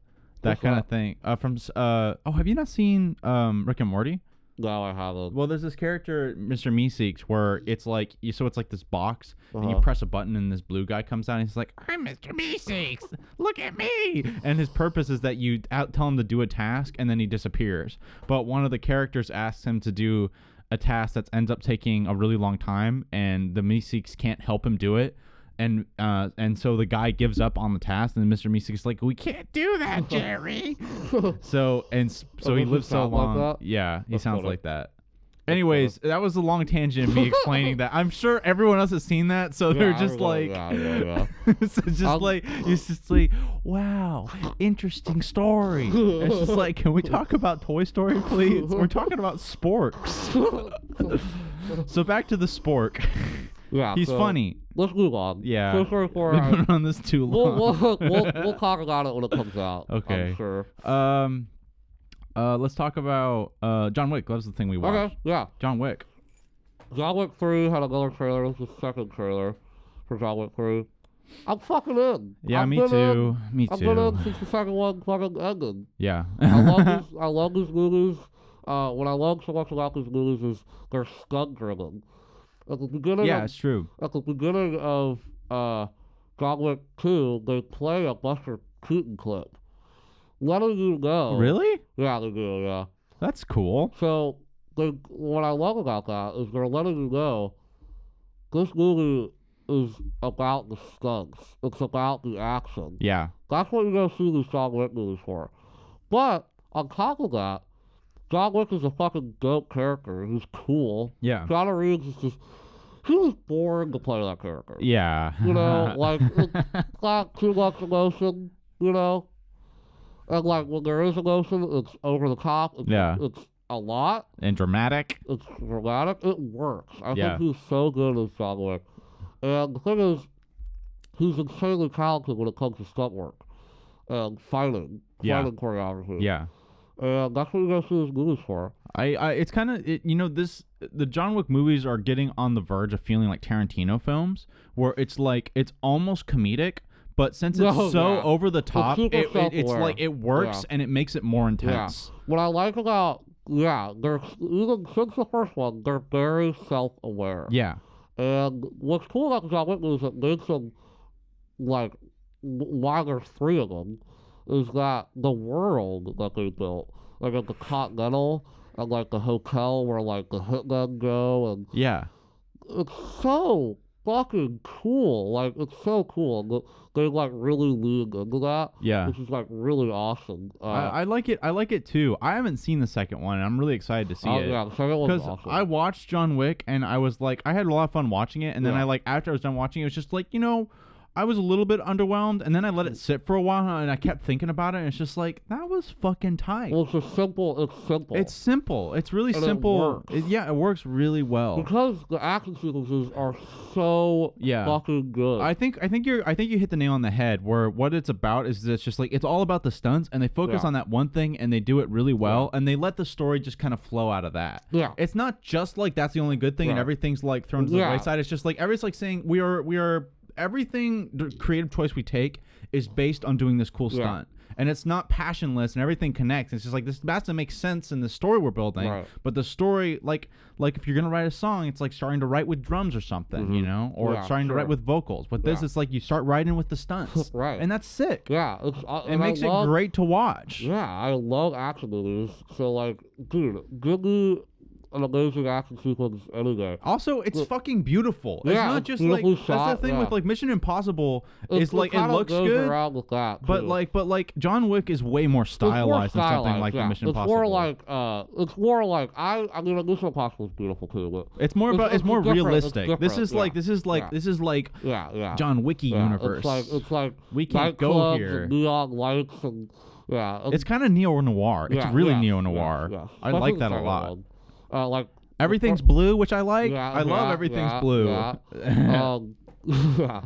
Speaker 1: that
Speaker 2: What's
Speaker 1: kind of
Speaker 2: that?
Speaker 1: thing. Uh, from s- uh, oh, have you not seen um, Rick and Morty?
Speaker 2: No, I haven't.
Speaker 1: Well, there's this character, Mr. Meeseeks, where it's like, you, so it's like this box, and you
Speaker 2: Uh-huh.
Speaker 1: press a button, and this blue guy comes out, and he's like, I'm Mr. Meeseeks, look at me. And his purpose is that you out- tell him to do a task, and then he disappears. But one of the characters asks him to do a task that ends up taking a really long time, and the Meeseeks can't help him do it. And uh, and so the guy gives up on the task, and Mr. Meeseeks is like, "We can't do that, Jerry." So and s- so
Speaker 2: Oh,
Speaker 1: he
Speaker 2: does he
Speaker 1: lives so
Speaker 2: sound like
Speaker 1: long.
Speaker 2: that?
Speaker 1: Yeah, he
Speaker 2: That's
Speaker 1: sounds
Speaker 2: funny.
Speaker 1: like that. Anyways, that was a long tangent of me explaining that. I'm sure everyone else has seen that, so they're
Speaker 2: I
Speaker 1: just
Speaker 2: remember
Speaker 1: like,
Speaker 2: that, yeah,
Speaker 1: so just
Speaker 2: I'll-
Speaker 1: like, it's just like, wow, interesting story. it's just like, can we talk about Toy Story, please? We're talking about sporks. So back to the spork.
Speaker 2: yeah,
Speaker 1: He's
Speaker 2: so
Speaker 1: funny.
Speaker 2: Let's move on.
Speaker 1: Yeah.
Speaker 2: Toy Story 4.
Speaker 1: We've
Speaker 2: I-
Speaker 1: been on this too long.
Speaker 2: we'll, we'll, we'll, we'll talk about it when it comes out.
Speaker 1: Okay.
Speaker 2: I'm sure.
Speaker 1: um, uh, let's talk about uh John Wick. That was the thing we watched.
Speaker 2: Okay. Yeah.
Speaker 1: John Wick.
Speaker 2: John Wick 3 had another trailer. This is the second trailer for John Wick 3. I'm fucking in.
Speaker 1: Yeah,
Speaker 2: I've
Speaker 1: me
Speaker 2: been
Speaker 1: too. Me
Speaker 2: In, I've been
Speaker 1: too.
Speaker 2: in since the second one fucking ended.
Speaker 1: Yeah.
Speaker 2: I love these. I love these movies. Uh, what I love so much about these movies is they're stunt driven. At the beginning,
Speaker 1: yeah,
Speaker 2: of,
Speaker 1: it's true.
Speaker 2: at the beginning of uh, John Wick Two, they play a Buster Keaton clip, letting you know.
Speaker 1: Really?
Speaker 2: Yeah, they do. Yeah.
Speaker 1: That's cool.
Speaker 2: So they, what I love about that is they're letting you know this movie is about the stunts. It's about the action.
Speaker 1: Yeah.
Speaker 2: That's what you're gonna see these John Wick movies for. But on top of that, John Wick is a fucking dope character. He's cool.
Speaker 1: Yeah.
Speaker 2: Keanu Reeves is just he was born to play that character.
Speaker 1: Yeah.
Speaker 2: You know, like it's not too much emotion, you know. And like when there is emotion, it's over the top. It's,
Speaker 1: Yeah.
Speaker 2: It's a lot.
Speaker 1: and dramatic.
Speaker 2: It's dramatic. It works. I
Speaker 1: Yeah.
Speaker 2: think he's so good as John Wick. And the thing is, he's insanely talented when it comes to stunt work and fighting,
Speaker 1: Yeah.
Speaker 2: fighting choreography.
Speaker 1: Yeah.
Speaker 2: And that's what you guys see his movies for.
Speaker 1: I, I it's kind of it, you know this the John Wick movies are getting on the verge of feeling like Tarantino films where it's like it's almost comedic but since it's
Speaker 2: No,
Speaker 1: so
Speaker 2: Oh, yeah.
Speaker 1: over the top
Speaker 2: super
Speaker 1: it, it- it's
Speaker 2: self-aware.
Speaker 1: like it works
Speaker 2: Yeah.
Speaker 1: and it makes it more intense.
Speaker 2: What I like about yeah, they're even since the first one, they're very self-aware.
Speaker 1: Yeah.
Speaker 2: And what's cool about the John Wick movies that makes them, like, w- why there's three of them, is that the world that they built, like at the Continental and like the hotel where like the hitmen go, and
Speaker 1: Yeah.
Speaker 2: it's so fucking cool. Like it's so cool. And th- they like really lean into that,
Speaker 1: Yeah.
Speaker 2: which is like really awesome. Uh,
Speaker 1: I, I like it. I like it too. I haven't seen the second one. and I'm really excited to see
Speaker 2: oh,
Speaker 1: it.
Speaker 2: yeah, the second one's
Speaker 1: because
Speaker 2: awesome.
Speaker 1: I watched John Wick and I was like, I had a lot of fun watching it, and then
Speaker 2: Yeah.
Speaker 1: I like after I was done watching, it it was just like, you know, I was a little bit underwhelmed, and then I let it sit for a while, and I kept thinking about it, and it's just like that was fucking tight.
Speaker 2: well, it's just simple. It's simple.
Speaker 1: it's simple. It's really
Speaker 2: And it
Speaker 1: simple.
Speaker 2: works.
Speaker 1: It- yeah, it works really well.
Speaker 2: because the action sequences are so
Speaker 1: Yeah.
Speaker 2: fucking good.
Speaker 1: I think I think you're I think you hit the nail on the head where what it's about is it's just like it's all about the stunts and they focus
Speaker 2: Yeah.
Speaker 1: on that one thing and they do it really well and they let the story just kind of flow out of that.
Speaker 2: Yeah.
Speaker 1: It's not just like that's the only good thing and
Speaker 2: Right.
Speaker 1: everything's like thrown to the
Speaker 2: Yeah.
Speaker 1: wayside. It's just like everybody's like saying we are we are everything the creative choice we take is based on doing this cool
Speaker 2: Yeah.
Speaker 1: stunt. And it's not passionless, and everything connects. It's just like this has to make sense in the story we're building.
Speaker 2: Right.
Speaker 1: But the story, like, like if you're gonna write a song, it's like starting to write with drums or something, you know, or
Speaker 2: Mm-hmm. Yeah,
Speaker 1: starting to
Speaker 2: sure.
Speaker 1: write with vocals. But this,
Speaker 2: Yeah.
Speaker 1: it's like you start writing with the stunts,
Speaker 2: Right.
Speaker 1: And that's sick.
Speaker 2: Yeah, it's, I,
Speaker 1: It
Speaker 2: and I
Speaker 1: makes it
Speaker 2: love-
Speaker 1: great to watch.
Speaker 2: Yeah, I love action movies. So like, dude, give me an amazing action sequence any day.
Speaker 1: Also, it's
Speaker 2: Look-
Speaker 1: fucking beautiful. It's
Speaker 2: Yeah,
Speaker 1: not
Speaker 2: it's
Speaker 1: just like
Speaker 2: beautifully
Speaker 1: that's
Speaker 2: shot,
Speaker 1: the thing
Speaker 2: yeah.
Speaker 1: with like Mission Impossible
Speaker 2: It-
Speaker 1: is like it
Speaker 2: kinda
Speaker 1: looks
Speaker 2: goes
Speaker 1: good,
Speaker 2: around with that,
Speaker 1: but
Speaker 2: too.
Speaker 1: like but like John Wick is way more
Speaker 2: It's more
Speaker 1: stylized than something
Speaker 2: stylized,
Speaker 1: like
Speaker 2: yeah.
Speaker 1: the Mission
Speaker 2: it's
Speaker 1: Impossible.
Speaker 2: more like uh, it's more like I. I mean, Mission Impossible is beautiful too, but
Speaker 1: it's more
Speaker 2: it's-
Speaker 1: about it's,
Speaker 2: it's
Speaker 1: more
Speaker 2: different, it's
Speaker 1: realistic. this
Speaker 2: different,
Speaker 1: is like
Speaker 2: yeah,
Speaker 1: this is like
Speaker 2: yeah.
Speaker 1: this is like
Speaker 2: yeah, yeah.
Speaker 1: John Wicky
Speaker 2: yeah,
Speaker 1: universe.
Speaker 2: It's like it's like
Speaker 1: We can't go
Speaker 2: nightclubs
Speaker 1: here.
Speaker 2: And neon lights and yeah. and-
Speaker 1: it's kind of neo noir. It's
Speaker 2: yeah,
Speaker 1: really
Speaker 2: yeah,
Speaker 1: neo noir.
Speaker 2: yeah, yeah.
Speaker 1: I like
Speaker 2: Especially
Speaker 1: that a
Speaker 2: second
Speaker 1: lot.
Speaker 2: one. Uh, like
Speaker 1: Everything's blue, which I like.
Speaker 2: Yeah,
Speaker 1: I love
Speaker 2: yeah,
Speaker 1: everything's
Speaker 2: yeah,
Speaker 1: blue.
Speaker 2: yeah. um, yeah.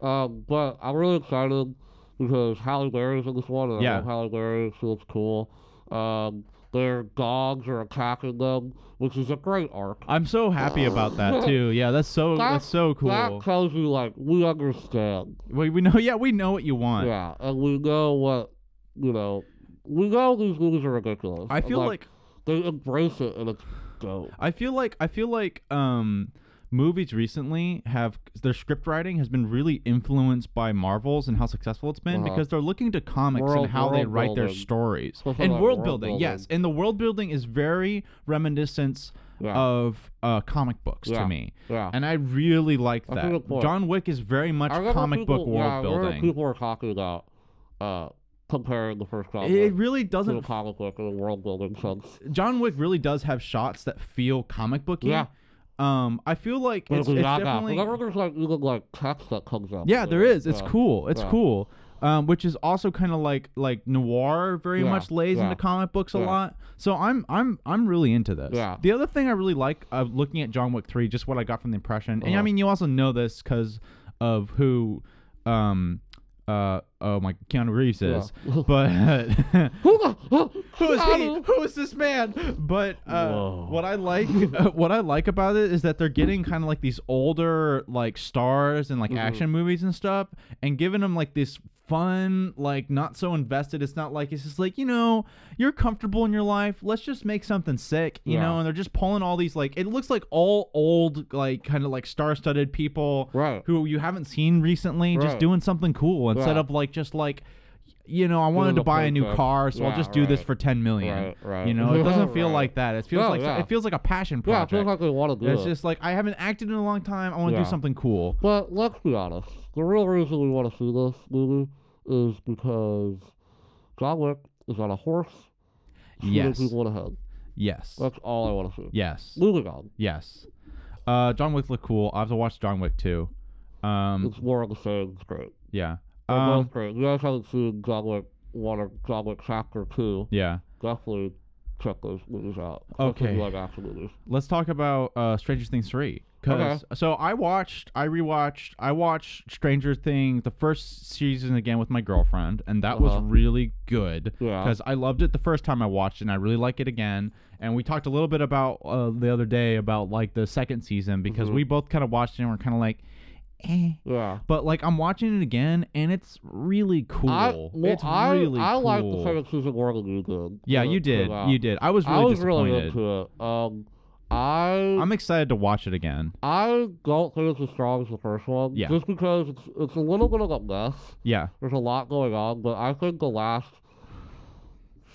Speaker 2: Um, but I'm really excited because Halle Berry's in this one. And I
Speaker 1: Yeah.
Speaker 2: love Halle Berry. She looks cool. Um, their dogs are attacking them, which is a great arc.
Speaker 1: I'm so happy about that too. Yeah, that's so
Speaker 2: That-
Speaker 1: that's so
Speaker 2: That
Speaker 1: cool.
Speaker 2: tells you like we understand.
Speaker 1: We, we know yeah we know what you want.
Speaker 2: Yeah, and we know what you know. We know these movies are ridiculous.
Speaker 1: I
Speaker 2: and,
Speaker 1: feel like
Speaker 2: they embrace it and it's dope.
Speaker 1: I feel like I feel like um movies recently have their script writing has been really influenced by Marvels and how successful it's been
Speaker 2: Uh-huh.
Speaker 1: because they're looking to comics
Speaker 2: World-
Speaker 1: and how they
Speaker 2: world
Speaker 1: write their
Speaker 2: building.
Speaker 1: stories
Speaker 2: Something
Speaker 1: and
Speaker 2: like
Speaker 1: world,
Speaker 2: world
Speaker 1: building,
Speaker 2: building.
Speaker 1: Yes, and the world building is very reminiscent
Speaker 2: Yeah,
Speaker 1: of uh, comic books
Speaker 2: Yeah.
Speaker 1: to me,
Speaker 2: yeah.
Speaker 1: and I really like
Speaker 2: I
Speaker 1: that.
Speaker 2: feel the point.
Speaker 1: John Wick is very much
Speaker 2: I remember
Speaker 1: comic
Speaker 2: people,
Speaker 1: book
Speaker 2: yeah,
Speaker 1: world
Speaker 2: I remember
Speaker 1: building.
Speaker 2: People are talking about uh, comparing the first comic
Speaker 1: it
Speaker 2: book
Speaker 1: really
Speaker 2: to the
Speaker 1: doesn't
Speaker 2: comic book in the world building sense.
Speaker 1: John Wick really does have shots that feel comic booky.
Speaker 2: Yeah.
Speaker 1: Um, I feel like
Speaker 2: But
Speaker 1: it's, it's
Speaker 2: not that.
Speaker 1: definitely
Speaker 2: Whenever there's like even like text that comes up.
Speaker 1: Yeah, there is. It's
Speaker 2: yeah.
Speaker 1: cool. It's
Speaker 2: yeah.
Speaker 1: cool. Um, which is also kind of like like noir very
Speaker 2: Yeah,
Speaker 1: much lays
Speaker 2: yeah,
Speaker 1: into comic books a
Speaker 2: yeah.
Speaker 1: lot. So I'm I'm I'm really into this.
Speaker 2: Yeah.
Speaker 1: The other thing I really like uh, looking at John Wick three, just what I got from the impression, and
Speaker 2: Uh-huh.
Speaker 1: I mean you also know this because of who, um, uh, oh my Keanu Reeves
Speaker 2: Yeah.
Speaker 1: is, but
Speaker 2: Who the-
Speaker 1: who is he?
Speaker 2: Keanu?
Speaker 1: Who is this man? But uh,
Speaker 2: Whoa.
Speaker 1: what I like, uh, what I like about it is that they're getting kind of like these older like stars and like
Speaker 2: Mhm.
Speaker 1: action movies and stuff, and giving them like this fun, like not so invested. It's not like it's just like you know you're comfortable in your life. Let's just make something sick, you
Speaker 2: Yeah.
Speaker 1: know. And they're just pulling all these like it looks like all old like kind of like star-studded people
Speaker 2: Right.
Speaker 1: who you haven't seen recently,
Speaker 2: Right.
Speaker 1: just doing something cool instead
Speaker 2: Right.
Speaker 1: of like just like. You know, I wanted
Speaker 2: the
Speaker 1: to buy a new
Speaker 2: paycheck.
Speaker 1: car, so
Speaker 2: Yeah,
Speaker 1: I'll just do this
Speaker 2: right.
Speaker 1: for ten million.
Speaker 2: Right, right.
Speaker 1: You know, it doesn't feel
Speaker 2: Right.
Speaker 1: like that. It feels
Speaker 2: No,
Speaker 1: like
Speaker 2: yeah.
Speaker 1: it feels like a passion
Speaker 2: Yeah, I
Speaker 1: project.
Speaker 2: feel like they want to do
Speaker 1: it's
Speaker 2: it.
Speaker 1: just like I haven't acted in a long time. I want to
Speaker 2: Yeah.
Speaker 1: do something cool.
Speaker 2: But let's be honest. The real reason we want to see this movie is because John Wick is on a horse shooting
Speaker 1: Yes.
Speaker 2: people in the head.
Speaker 1: Yes.
Speaker 2: That's all I want to see.
Speaker 1: Yes.
Speaker 2: Moving on.
Speaker 1: Yes. Uh, John Wick looked cool. I have to watch John Wick too. Um,
Speaker 2: It's more of the same. It's great.
Speaker 1: yeah.
Speaker 2: They're
Speaker 1: Um,
Speaker 2: both great. You guys haven't seen John Wick 1 or John Wick Chapter 2.
Speaker 1: yeah.
Speaker 2: Definitely check those movies out. especially if you
Speaker 1: Okay.
Speaker 2: like action movies.
Speaker 1: Let's talk about uh, Stranger Things three. 'Cause- so I watched, I rewatched, I watched Stranger Things the first season again with my girlfriend, and that was
Speaker 2: Uh-huh.
Speaker 1: really good.
Speaker 2: Yeah.
Speaker 1: because I loved it the first time I watched it, and I really like it again. And we talked a little bit about uh, the other day about like the second season because
Speaker 2: Mhm.
Speaker 1: we both kind of watched it and we're kind of like, eh.
Speaker 2: Yeah.
Speaker 1: But like I'm watching it again, and it's really cool.
Speaker 2: I, well,
Speaker 1: it's
Speaker 2: I,
Speaker 1: really
Speaker 2: I
Speaker 1: cool.
Speaker 2: like the second season more than you did.
Speaker 1: yeah,
Speaker 2: when
Speaker 1: you
Speaker 2: it came
Speaker 1: did.
Speaker 2: out.
Speaker 1: You did. I was really
Speaker 2: I was
Speaker 1: disappointed.
Speaker 2: really into it. Um, I
Speaker 1: I'm excited to watch it again.
Speaker 2: I don't think it's as strong as the first one.
Speaker 1: Yeah.
Speaker 2: Just because it's, it's a little bit of a mess.
Speaker 1: Yeah.
Speaker 2: There's a lot going on, but I think the last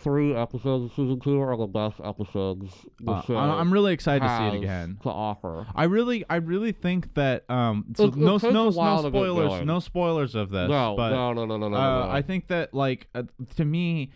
Speaker 2: three episodes of season two are the best episodes. The
Speaker 1: Uh,
Speaker 2: show
Speaker 1: I- I'm really excited to see
Speaker 2: has
Speaker 1: it again.
Speaker 2: To offer.
Speaker 1: I really, I really think that um, so
Speaker 2: It- it
Speaker 1: no,
Speaker 2: takes a
Speaker 1: no, no
Speaker 2: while to get
Speaker 1: spoilers,
Speaker 2: going.
Speaker 1: no spoilers of this.
Speaker 2: no,
Speaker 1: but
Speaker 2: no, no, no, no, no,
Speaker 1: Uh,
Speaker 2: no.
Speaker 1: I think that like uh, to me,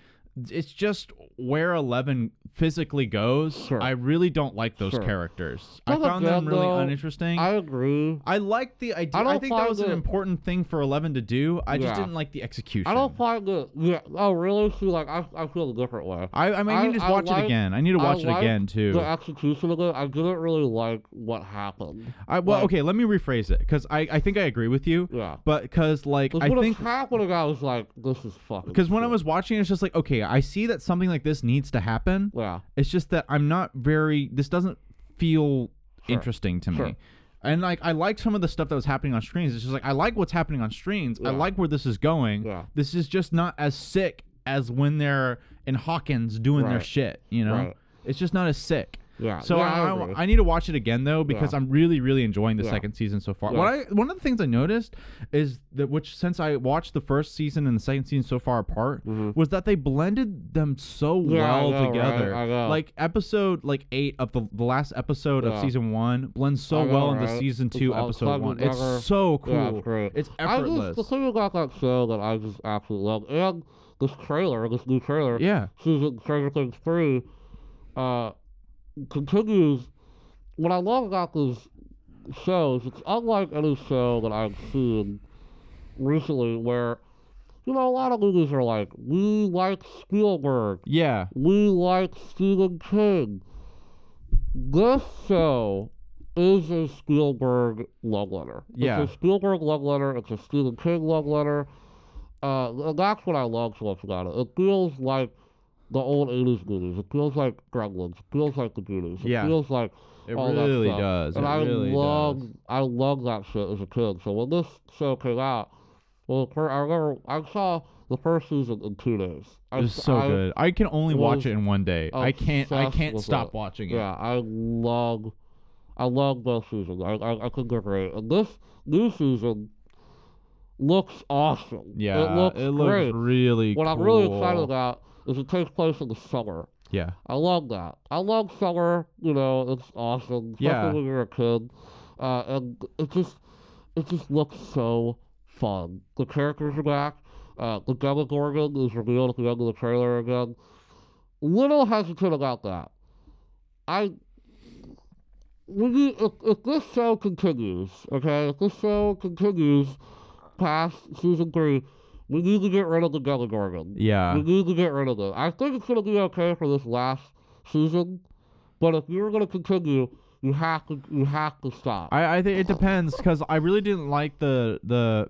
Speaker 1: it's just where Eleven physically goes.
Speaker 2: Sure.
Speaker 1: I really don't like those
Speaker 2: Sure.
Speaker 1: characters.
Speaker 2: Not
Speaker 1: I
Speaker 2: that
Speaker 1: found them
Speaker 2: bad,
Speaker 1: really
Speaker 2: though.
Speaker 1: uninteresting.
Speaker 2: I
Speaker 1: I,
Speaker 2: agree.
Speaker 1: like the idea.
Speaker 2: I
Speaker 1: I,
Speaker 2: don't
Speaker 1: think that
Speaker 2: find
Speaker 1: was an
Speaker 2: it-
Speaker 1: important thing for Eleven to do. I just
Speaker 2: Yeah.
Speaker 1: didn't like the execution.
Speaker 2: I don't find it. Yeah. Oh, really? See, like I, I feel a different way.
Speaker 1: I, I mean,
Speaker 2: I-
Speaker 1: you just
Speaker 2: I
Speaker 1: watch
Speaker 2: like-
Speaker 1: it again. I need to
Speaker 2: I
Speaker 1: watch it
Speaker 2: like
Speaker 1: again too.
Speaker 2: The execution of it, I didn't really like what happened.
Speaker 1: I, well,
Speaker 2: like-
Speaker 1: okay, let me rephrase it because I, I think I agree with you,
Speaker 2: Yeah.
Speaker 1: but because like
Speaker 2: Because
Speaker 1: I
Speaker 2: when
Speaker 1: think
Speaker 2: it happened, I was like, this is fucking.
Speaker 1: because when I
Speaker 2: shit.
Speaker 1: was watching, it's just like okay, I see that something like this needs to happen,
Speaker 2: Yeah.
Speaker 1: It's just that I'm not very. This doesn't feel
Speaker 2: Sure.
Speaker 1: interesting to me.
Speaker 2: Sure.
Speaker 1: And like I like some of the stuff that was happening on screens. It's just like I like what's happening on screens. I
Speaker 2: Yeah.
Speaker 1: like where this is going.
Speaker 2: Yeah.
Speaker 1: This is just not as sick as when they're in Hawkins doing their
Speaker 2: Right.
Speaker 1: shit. You know,
Speaker 2: Right.
Speaker 1: it's just not as sick.
Speaker 2: Yeah.
Speaker 1: So
Speaker 2: yeah,
Speaker 1: I,
Speaker 2: agree.
Speaker 1: I, I need to watch it again though because
Speaker 2: Uh, Yeah.
Speaker 1: I'm really really enjoying the
Speaker 2: Yeah.
Speaker 1: second season so far.
Speaker 2: Yeah.
Speaker 1: What I one of the things I noticed is that which since I watched the first season and the second season so far apart
Speaker 2: Mhm.
Speaker 1: was that they blended them so
Speaker 2: Yeah, I
Speaker 1: well
Speaker 2: know, right?
Speaker 1: together.
Speaker 2: I know.
Speaker 1: Like episode like 8 of the, the last episode
Speaker 2: Yeah.
Speaker 1: of season 1 blends so
Speaker 2: I know,
Speaker 1: well into
Speaker 2: right?
Speaker 1: season
Speaker 2: It's
Speaker 1: 2
Speaker 2: all
Speaker 1: episode
Speaker 2: clubbed
Speaker 1: 1. It's
Speaker 2: together.
Speaker 1: so
Speaker 2: Yeah,
Speaker 1: cool.
Speaker 2: it's great.
Speaker 1: it's
Speaker 2: I just, the
Speaker 1: effortless.
Speaker 2: thing about that show that I just absolutely love, and this trailer, this new trailer,
Speaker 1: yeah.
Speaker 2: season Stranger Things 3, uh, continues. What I love about this show is it's unlike any show that I've seen recently where, you know, a lot of movies are like, we like Spielberg,
Speaker 1: Yeah.
Speaker 2: we like Stephen King. This show is a Spielberg love letter.
Speaker 1: Yeah.
Speaker 2: It's a Spielberg love letter. It's a Stephen King love letter. Uh, and that's what I love so much about it. It feels like the old 80s movies. It feels like Gremlins. It feels like The Goonies. It
Speaker 1: Yeah.
Speaker 2: feels like
Speaker 1: It
Speaker 2: all that
Speaker 1: really
Speaker 2: stuff.
Speaker 1: does.
Speaker 2: And
Speaker 1: it
Speaker 2: I
Speaker 1: really
Speaker 2: love,
Speaker 1: does.
Speaker 2: I love that shit as a kid. So when this show came out, well, I remember I saw the first season in two days. I,
Speaker 1: It was so
Speaker 2: I-
Speaker 1: good. I can only watch
Speaker 2: was
Speaker 1: it in one day. I can't I
Speaker 2: obsessed
Speaker 1: can't
Speaker 2: with
Speaker 1: stop
Speaker 2: it.
Speaker 1: watching it.
Speaker 2: Yeah, I love, I love both seasons. I I, I could get it. And this new season looks awesome.
Speaker 1: Yeah,
Speaker 2: it looks great.
Speaker 1: really
Speaker 2: what
Speaker 1: cool.
Speaker 2: I'm really excited about is it takes place in the summer.
Speaker 1: Yeah,
Speaker 2: I love that. I love summer. You know, it's awesome, especially
Speaker 1: Yeah.
Speaker 2: when you're a kid. Uh, and it just, it just looks so fun. The characters are back. Uh, the Demogorgon is revealed at the end of the trailer again. Little hesitant about that. I, when you, if, if this show continues, okay, if this show continues past season three, we need to get rid of the Demogorgon. We
Speaker 1: yeah,
Speaker 2: need to get rid of it. I think it's going to be okay for this last season, but if you're going to continue, you have to you have to stop.
Speaker 1: I, I think it depends because I really didn't like the the.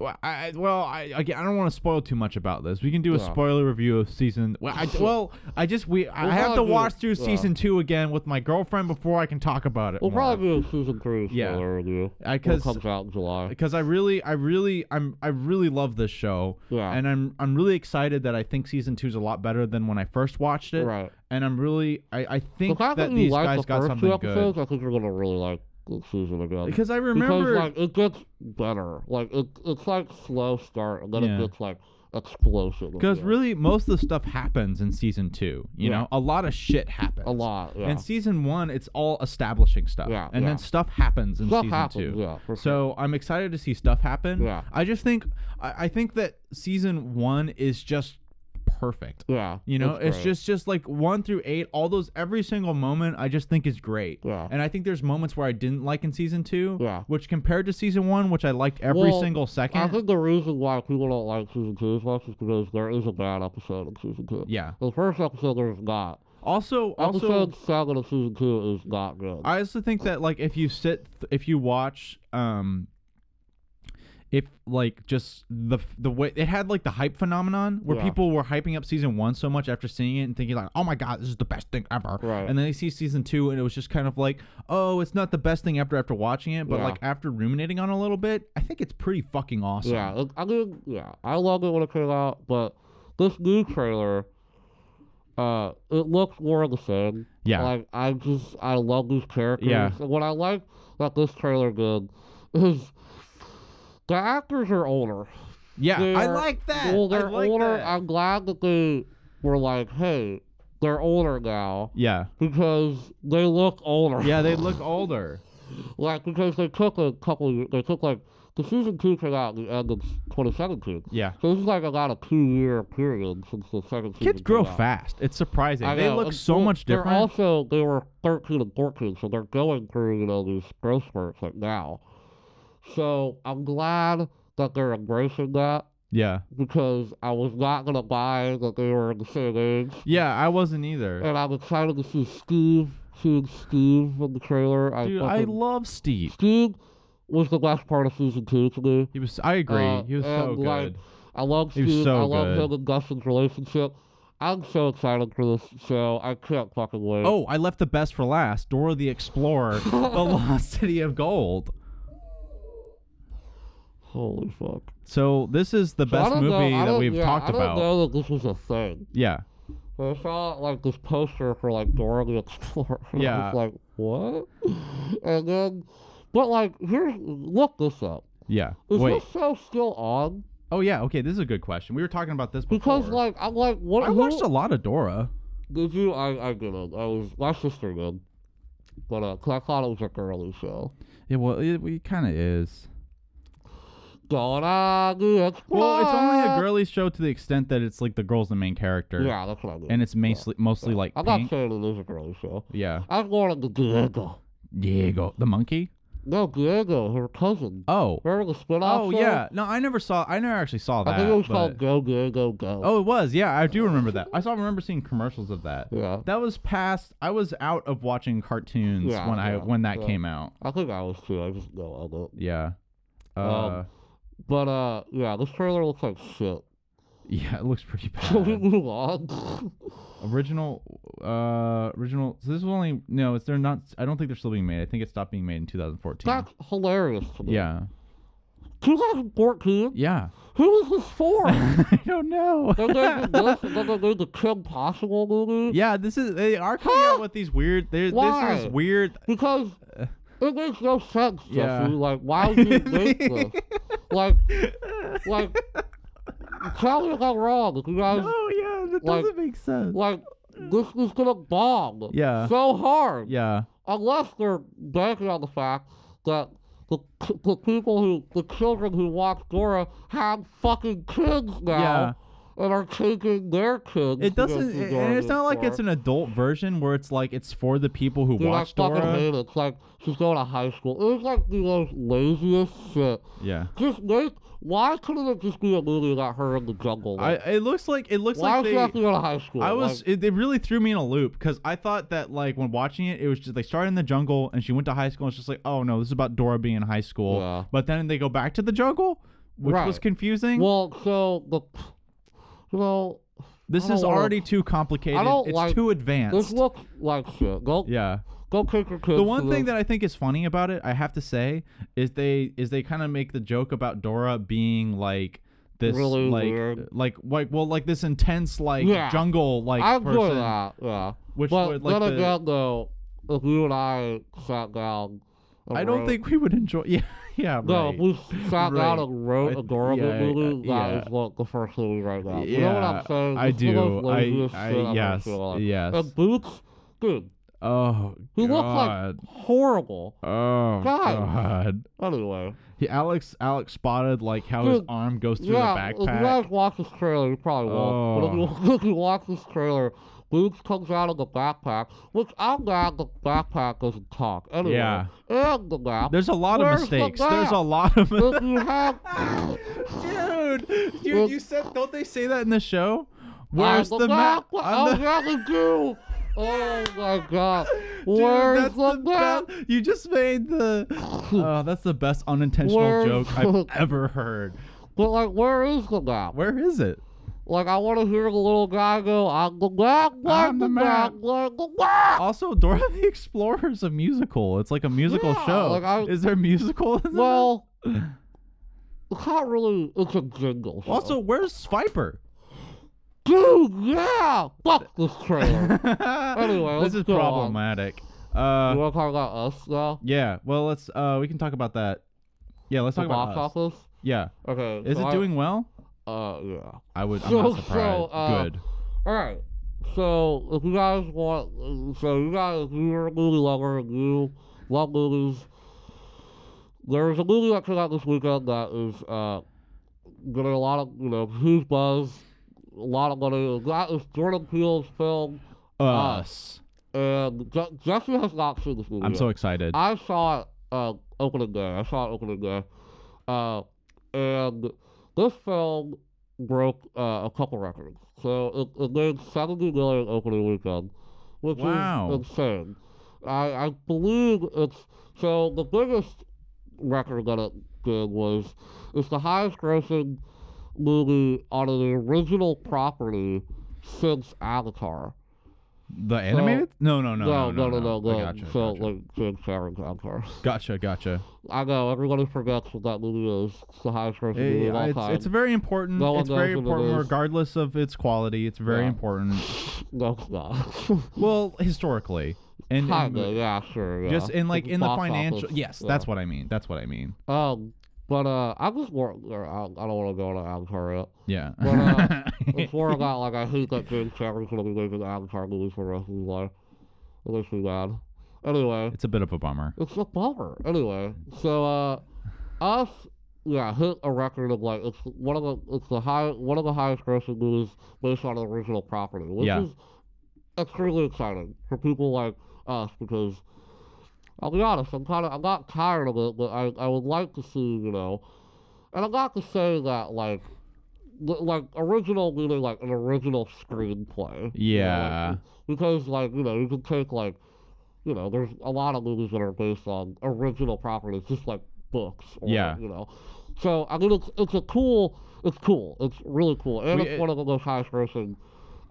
Speaker 1: Well, I, I- well, I again, I don't want to spoil too much about this. We can do a
Speaker 2: Yeah.
Speaker 1: spoiler review of season. Well, I, well, I just we I
Speaker 2: We'll
Speaker 1: have to
Speaker 2: probably do-
Speaker 1: watch through
Speaker 2: yeah.
Speaker 1: season two again with my girlfriend before I can talk about it.
Speaker 2: we'll
Speaker 1: more.
Speaker 2: probably do a season three
Speaker 1: Yeah.
Speaker 2: spoiler review.
Speaker 1: I-
Speaker 2: when it
Speaker 1: 'cause-
Speaker 2: comes out in July.
Speaker 1: because I really, I really, I'm, I really love this show,
Speaker 2: Yeah.
Speaker 1: and I'm, I'm really excited that I think season two is a lot better than when I first watched it,
Speaker 2: right.
Speaker 1: and I'm really, I, I
Speaker 2: The
Speaker 1: think
Speaker 2: fact
Speaker 1: that
Speaker 2: that
Speaker 1: these
Speaker 2: you like
Speaker 1: guys
Speaker 2: the
Speaker 1: got
Speaker 2: first
Speaker 1: something
Speaker 2: two
Speaker 1: good
Speaker 2: episodes, I think you're going to really like the season again.
Speaker 1: because I remember
Speaker 2: because like it gets better. Like it, it's like slow start and then
Speaker 1: Yeah.
Speaker 2: it gets like explosive. at
Speaker 1: Because
Speaker 2: the end.
Speaker 1: really, most of the stuff happens in season two. You
Speaker 2: Yeah.
Speaker 1: know, a lot of shit happens.
Speaker 2: a lot. Yeah.
Speaker 1: And season one, it's all establishing stuff.
Speaker 2: Yeah,
Speaker 1: and
Speaker 2: yeah.
Speaker 1: then stuff happens in
Speaker 2: Stuff
Speaker 1: season
Speaker 2: happens,
Speaker 1: two.
Speaker 2: yeah, for sure.
Speaker 1: So I'm excited to see stuff happen.
Speaker 2: Yeah.
Speaker 1: I just think, I, I think that season one is just perfect.
Speaker 2: yeah.
Speaker 1: You know, it's
Speaker 2: great.
Speaker 1: just just like one through eight, all those every single moment I just think is great.
Speaker 2: Yeah.
Speaker 1: And I think there's moments where I didn't like in season two,
Speaker 2: Yeah.
Speaker 1: which compared to season one, which I liked every
Speaker 2: Well,
Speaker 1: single
Speaker 2: I
Speaker 1: second.
Speaker 2: think the reason why people don't like season two as much is because there is a bad episode in season two.
Speaker 1: Yeah.
Speaker 2: The first episode there is not.
Speaker 1: Also, also
Speaker 2: episode seven of season two is not good.
Speaker 1: I also think that like if you sit if you watch um if like just the the way it had like the hype phenomenon where
Speaker 2: Yeah.
Speaker 1: people were hyping up season 1 so much after seeing it and thinking like oh my god this is the best thing ever
Speaker 2: Right.
Speaker 1: and then they see season 2 and it was just kind of like oh it's not the best thing after after watching it but
Speaker 2: Yeah.
Speaker 1: like after ruminating on it a little bit I think it's pretty fucking awesome
Speaker 2: yeah, it, I mean, yeah, I loved it when it came out, but this new trailer, uh, it looks more of the same.
Speaker 1: Yeah.
Speaker 2: Like I just I love these characters.
Speaker 1: Yeah.
Speaker 2: And what I like that this trailer did is the actors are older.
Speaker 1: Yeah, I
Speaker 2: they're-
Speaker 1: like that
Speaker 2: Well,
Speaker 1: I
Speaker 2: they're
Speaker 1: like
Speaker 2: older.
Speaker 1: that.
Speaker 2: I'm glad that they were like, hey, they're older now
Speaker 1: yeah
Speaker 2: because they look older.
Speaker 1: yeah they look older
Speaker 2: like because they took a couple. Years, they took like the season two came out at the end of 2017.
Speaker 1: yeah
Speaker 2: So this is like about a two-year period since the second season.
Speaker 1: kids grow
Speaker 2: came out.
Speaker 1: fast it's surprising
Speaker 2: I
Speaker 1: they
Speaker 2: know,
Speaker 1: look
Speaker 2: and
Speaker 1: so
Speaker 2: well,
Speaker 1: much
Speaker 2: they're
Speaker 1: different
Speaker 2: Also, they were 13 and 14, so they're going through you know these growth spurts like now. So I'm glad that they're embracing that
Speaker 1: yeah
Speaker 2: because I was not gonna buy that they were in the same age.
Speaker 1: Yeah, I wasn't either.
Speaker 2: And I'm excited to see Steve, seeing Steve in the trailer. I
Speaker 1: Dude, I
Speaker 2: fucking-
Speaker 1: love Steve.
Speaker 2: Steve was the best part of season two to me.
Speaker 1: He was. I agree.
Speaker 2: Uh,
Speaker 1: he was so
Speaker 2: and, like,
Speaker 1: good.
Speaker 2: I love
Speaker 1: He
Speaker 2: Steve.
Speaker 1: was so
Speaker 2: I love
Speaker 1: good.
Speaker 2: him and Gus's relationship. I'm so excited for this show. I can't fucking wait.
Speaker 1: Oh, I left the best for last. Dora the Explorer, The Lost City of Gold.
Speaker 2: Holy fuck.
Speaker 1: So this is the
Speaker 2: So I
Speaker 1: best
Speaker 2: don't know-
Speaker 1: movie
Speaker 2: I
Speaker 1: that
Speaker 2: don't-
Speaker 1: we've
Speaker 2: yeah,
Speaker 1: talked
Speaker 2: I
Speaker 1: about.
Speaker 2: don't know that this was a thing.
Speaker 1: Yeah.
Speaker 2: But I saw like this poster for like Dora the Explorer. and I
Speaker 1: Yeah.
Speaker 2: was like, what? And then, but like, here's look this up.
Speaker 1: Yeah.
Speaker 2: Is
Speaker 1: Wait.
Speaker 2: this show still on?
Speaker 1: Oh yeah. Okay. This is a good question. We were talking about this before.
Speaker 2: Because like, I'm like, what?
Speaker 1: I
Speaker 2: who-
Speaker 1: watched a lot of Dora.
Speaker 2: Did you? I I didn't. I was my sister did. But uh, 'cause I thought it was like a early show.
Speaker 1: Yeah. Well, it, it kind of is.
Speaker 2: Dora the Explorer.
Speaker 1: Well, it's only a girly show to the extent that it's like the girl's the main character.
Speaker 2: Yeah, that's what I mean.
Speaker 1: And it's mostly mostly like
Speaker 2: I'm not
Speaker 1: pink.
Speaker 2: saying it is a girly show.
Speaker 1: Yeah.
Speaker 2: I wanted the Diego.
Speaker 1: Diego, the monkey.
Speaker 2: No, Diego, her cousin.
Speaker 1: Oh.
Speaker 2: Remember the spin-off
Speaker 1: Oh
Speaker 2: show?
Speaker 1: yeah. No, I never saw. I never actually saw that.
Speaker 2: I think it was
Speaker 1: but-
Speaker 2: called Go Go Go Go.
Speaker 1: Oh, it was. Yeah, I do remember that. I saw. Remember seeing commercials of that.
Speaker 2: yeah.
Speaker 1: That was past. I was out of watching cartoons
Speaker 2: Yeah,
Speaker 1: when I
Speaker 2: yeah,
Speaker 1: when that
Speaker 2: yeah.
Speaker 1: came out.
Speaker 2: I think I was too. I just know of it.
Speaker 1: Yeah. Uh,
Speaker 2: Um, But uh, yeah, this trailer looks like shit.
Speaker 1: yeah, it looks pretty
Speaker 2: Should we
Speaker 1: bad.
Speaker 2: move on?
Speaker 1: original, uh, original. So this was only no. It's they're not. I don't think they're still being made. I think it stopped being made in 2014.
Speaker 2: That's hilarious to me.
Speaker 1: Yeah.
Speaker 2: 2014.
Speaker 1: Yeah.
Speaker 2: Who was this for? and
Speaker 1: I don't know.
Speaker 2: then they did this, and then they made the Kim Possible movie.
Speaker 1: yeah, this is they are coming out with these weird. They're, this
Speaker 2: Why?
Speaker 1: is weird.
Speaker 2: Because it makes no sense, Jeffrey.
Speaker 1: Uh. Yeah.
Speaker 2: Like, why would you make this? Like, like, tell me if I'm wrong. If you guys,
Speaker 1: yeah, that
Speaker 2: like-
Speaker 1: make sense.
Speaker 2: like, this is gonna bomb.
Speaker 1: Yeah.
Speaker 2: So hard.
Speaker 1: Yeah.
Speaker 2: Unless they're banking on the fact that the, the people who, the children who watch Dora have fucking kids now.
Speaker 1: Yeah.
Speaker 2: And are taking their kids. to
Speaker 1: It
Speaker 2: go
Speaker 1: doesn't.
Speaker 2: see
Speaker 1: it-
Speaker 2: Dora
Speaker 1: and it's
Speaker 2: the
Speaker 1: not like it's
Speaker 2: Explorer.
Speaker 1: an adult version where it's like it's for the people who
Speaker 2: Dude,
Speaker 1: watch
Speaker 2: I fucking
Speaker 1: Dora.
Speaker 2: hate it. It's like she's going to high school. It was like the most laziest shit.
Speaker 1: Yeah.
Speaker 2: Just make. Why couldn't it just be a movie about her in the jungle?
Speaker 1: I.
Speaker 2: Like,
Speaker 1: It looks like it looks
Speaker 2: why
Speaker 1: like
Speaker 2: does
Speaker 1: they.
Speaker 2: she have to go to high school?
Speaker 1: I was. It, it really threw me in a loop because I thought that like when watching it, it was just they started in the jungle and she went to high school. and It's just like, oh no, this is about Dora being in high school.
Speaker 2: Yeah.
Speaker 1: But then they go back to the jungle, which was
Speaker 2: Right.
Speaker 1: confusing.
Speaker 2: Like, well, so the. You know, I
Speaker 1: this
Speaker 2: don't
Speaker 1: is
Speaker 2: wanna-
Speaker 1: already too complicated.
Speaker 2: I don't
Speaker 1: it's
Speaker 2: like-
Speaker 1: too
Speaker 2: this
Speaker 1: advanced.
Speaker 2: looks like shit. Go,
Speaker 1: yeah.
Speaker 2: go take your kids.
Speaker 1: The
Speaker 2: to
Speaker 1: one thing
Speaker 2: this.
Speaker 1: that I think is funny about it, I have to say, is they is they kind of make the joke about Dora being like this
Speaker 2: Really
Speaker 1: like
Speaker 2: weird.
Speaker 1: like like well like this intense like
Speaker 2: Yeah.
Speaker 1: jungle like
Speaker 2: I enjoy
Speaker 1: person.
Speaker 2: that. Yeah,
Speaker 1: Which
Speaker 2: but
Speaker 1: would, like
Speaker 2: then
Speaker 1: the-
Speaker 2: again, though, if you and I sat down, and
Speaker 1: I don't
Speaker 2: wrote-
Speaker 1: think we would enjoy. Yeah, yeah,
Speaker 2: No,
Speaker 1: right.
Speaker 2: we sat
Speaker 1: Right.
Speaker 2: down and wrote
Speaker 1: I-
Speaker 2: a Dora
Speaker 1: yeah,
Speaker 2: movie.
Speaker 1: yeah.
Speaker 2: That is like the first movie right now. you know what
Speaker 1: Yeah,
Speaker 2: I'm saying?
Speaker 1: I
Speaker 2: It's the most
Speaker 1: do. I-
Speaker 2: laziest
Speaker 1: I-
Speaker 2: shit I've ever
Speaker 1: yes,
Speaker 2: seen in my life.
Speaker 1: yes.
Speaker 2: And Boots, dude,
Speaker 1: Oh
Speaker 2: he looks
Speaker 1: god.
Speaker 2: like horrible.
Speaker 1: oh
Speaker 2: Guys.
Speaker 1: god.
Speaker 2: Anyway,
Speaker 1: He, Alex Alex spotted like how his
Speaker 2: Dude,
Speaker 1: arm goes through
Speaker 2: yeah,
Speaker 1: the
Speaker 2: if you
Speaker 1: backpack. Oh.
Speaker 2: guys watch this trailer, you probably won't. But if you, if you watch this trailer, Boots comes out of the backpack, which I'm glad the backpack doesn't talk. Anyway,
Speaker 1: Yeah.
Speaker 2: and the map.
Speaker 1: There's a lot of
Speaker 2: Where's the
Speaker 1: mistakes. There's
Speaker 2: map?
Speaker 1: a lot of
Speaker 2: If you have.
Speaker 1: Dude, you,
Speaker 2: Well-
Speaker 1: you said don't they say that in the show?
Speaker 2: Where's
Speaker 1: Where's the map?
Speaker 2: I
Speaker 1: On the-
Speaker 2: got to do. Oh my god.
Speaker 1: Dude,
Speaker 2: Where's
Speaker 1: that's
Speaker 2: the, map?
Speaker 1: best- You just made the. Oh, that's the best unintentional
Speaker 2: Where's
Speaker 1: joke
Speaker 2: the-
Speaker 1: I've ever heard.
Speaker 2: But like, where is the map?
Speaker 1: Where is it?
Speaker 2: Like, I want to hear the little guy go, "On the map, where's
Speaker 1: On
Speaker 2: the
Speaker 1: the map."
Speaker 2: map, where's the map?"
Speaker 1: Also, Dora the Explorer is a musical. It's like a musical
Speaker 2: Yeah,
Speaker 1: show.
Speaker 2: like I-
Speaker 1: is there musical? in that?
Speaker 2: Well, it's not really. It's a jingle. show.
Speaker 1: also, where's Swiper?
Speaker 2: dude, yeah, fuck this trailer.
Speaker 1: anyway,
Speaker 2: let's
Speaker 1: this is
Speaker 2: go on.
Speaker 1: problematic.
Speaker 2: you
Speaker 1: Uh,
Speaker 2: want to talk about us now?
Speaker 1: yeah. Well, let's. Uh, we can talk about that. Yeah, let's
Speaker 2: The
Speaker 1: talk about us.
Speaker 2: box office.
Speaker 1: Yeah.
Speaker 2: Okay.
Speaker 1: Is
Speaker 2: so
Speaker 1: it
Speaker 2: I-
Speaker 1: doing well?
Speaker 2: Uh, yeah.
Speaker 1: I would. I'm
Speaker 2: So-
Speaker 1: not
Speaker 2: so,
Speaker 1: surprised.
Speaker 2: uh,
Speaker 1: Good.
Speaker 2: All right. So if you guys want, so you guys, if you're a movie lover and you love movies, there's a movie that came out this weekend that is uh, getting a lot of you know huge buzz, a lot of money. And that is Jordan Peele's film,
Speaker 1: Uh, Us.
Speaker 2: and Je- Jesse has not seen this movie.
Speaker 1: I'm
Speaker 2: yet.
Speaker 1: so excited.
Speaker 2: I saw it uh, opening day. I saw it opening day, uh, and this film broke uh, a couple records. So it, it made seventy million opening weekend, which
Speaker 1: Wow.
Speaker 2: is insane. I, I believe it's so the biggest record that it did was it's the highest grossing movie out of the original property since Avatar.
Speaker 1: The animated? No, no, no,
Speaker 2: No,
Speaker 1: no,
Speaker 2: no, no, no, no.
Speaker 1: I gotcha,
Speaker 2: so
Speaker 1: gotcha.
Speaker 2: like since Avatar.
Speaker 1: gotcha, gotcha.
Speaker 2: I know everybody forgets what that movie is. It's the highest grossing
Speaker 1: Yeah,
Speaker 2: movie of all
Speaker 1: uh, it's,
Speaker 2: time.
Speaker 1: it's very important.
Speaker 2: No one
Speaker 1: it's very
Speaker 2: knows what it
Speaker 1: important,
Speaker 2: is.
Speaker 1: regardless of its quality. It's very
Speaker 2: Yeah.
Speaker 1: important.
Speaker 2: no, it's not.
Speaker 1: Well, historically, and, and
Speaker 2: Kinda, yeah, sure. Yeah.
Speaker 1: just in like
Speaker 2: It's
Speaker 1: in the
Speaker 2: box
Speaker 1: financial.
Speaker 2: office,
Speaker 1: Yes,
Speaker 2: yeah.
Speaker 1: that's what I mean. That's what I mean.
Speaker 2: Um, but uh, I just want. Or I, I don't want to go on Avatar yet.
Speaker 1: Yeah. uh,
Speaker 2: Well, It's more about like I hate that James Cameron's gonna be making Avatar movies for the rest of his life. It makes me mad. Anyway,
Speaker 1: it's a bit of a bummer.
Speaker 2: it's a bummer. Anyway, so uh, us yeah hit a record of like it's one of the it's the high one of the highest grossing movies based on the original property, which
Speaker 1: Yeah.
Speaker 2: is extremely exciting for people like us because I'll be honest, I'm kind of I'm not tired of it, but I I would like to see you know, and I'm not to say that like. li- Like original, meaning like an original screenplay. you know, like,
Speaker 1: Yeah.
Speaker 2: because like you know you can take like you know there's a lot of movies that are based on original properties just like books or,
Speaker 1: Yeah.
Speaker 2: you know so i mean it's it's a cool it's cool it's really cool and
Speaker 1: We- uh,
Speaker 2: it's one of the most highest grossing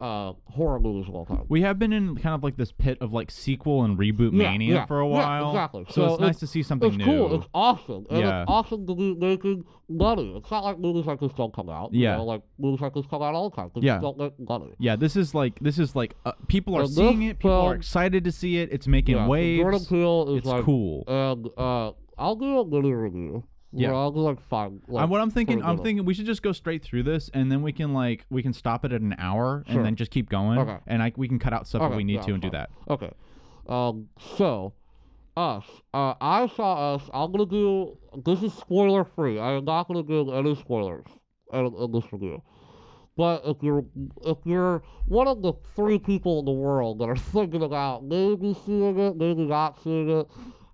Speaker 2: uh horror movies of all time
Speaker 1: We have been in kind of like this pit of like sequel and reboot
Speaker 2: Yeah,
Speaker 1: mania
Speaker 2: yeah,
Speaker 1: for a
Speaker 2: yeah,
Speaker 1: while.
Speaker 2: exactly.
Speaker 1: So,
Speaker 2: So
Speaker 1: it's, nice
Speaker 2: it's-
Speaker 1: to see something
Speaker 2: it's
Speaker 1: new.
Speaker 2: cool. It's awesome, and
Speaker 1: Yeah.
Speaker 2: it's awesome to be making money. It's not like movies like this don't come out. you
Speaker 1: Yeah.
Speaker 2: know, like movies like this come out all the time. They just
Speaker 1: Yeah.
Speaker 2: don't make money.
Speaker 1: yeah, this is like this is like uh, people are
Speaker 2: And
Speaker 1: seeing
Speaker 2: this
Speaker 1: it. People are
Speaker 2: film-
Speaker 1: excited to see it. It's making
Speaker 2: yeah. so Jordan
Speaker 1: waves.
Speaker 2: Peele is
Speaker 1: It's
Speaker 2: like,
Speaker 1: cool.
Speaker 2: and uh, I'll do a little review.
Speaker 1: Yeah.
Speaker 2: Yeah, I'll do like find. Like,
Speaker 1: I, what I'm thinking,
Speaker 2: for a
Speaker 1: I'm
Speaker 2: little.
Speaker 1: thinking we should just go straight through this, and then we can like we can stop it at an hour,
Speaker 2: Sure.
Speaker 1: and then just keep going,
Speaker 2: Okay.
Speaker 1: and I we can cut out stuff if
Speaker 2: Okay,
Speaker 1: we need
Speaker 2: yeah,
Speaker 1: to and do
Speaker 2: fine.
Speaker 1: that.
Speaker 2: Okay. Um. So, us. Uh, I saw us. I'm gonna do. This is spoiler free. I am not gonna do any spoilers in, in this review. But if you're if you're one of the three people in the world that are thinking about maybe seeing it, maybe not seeing it,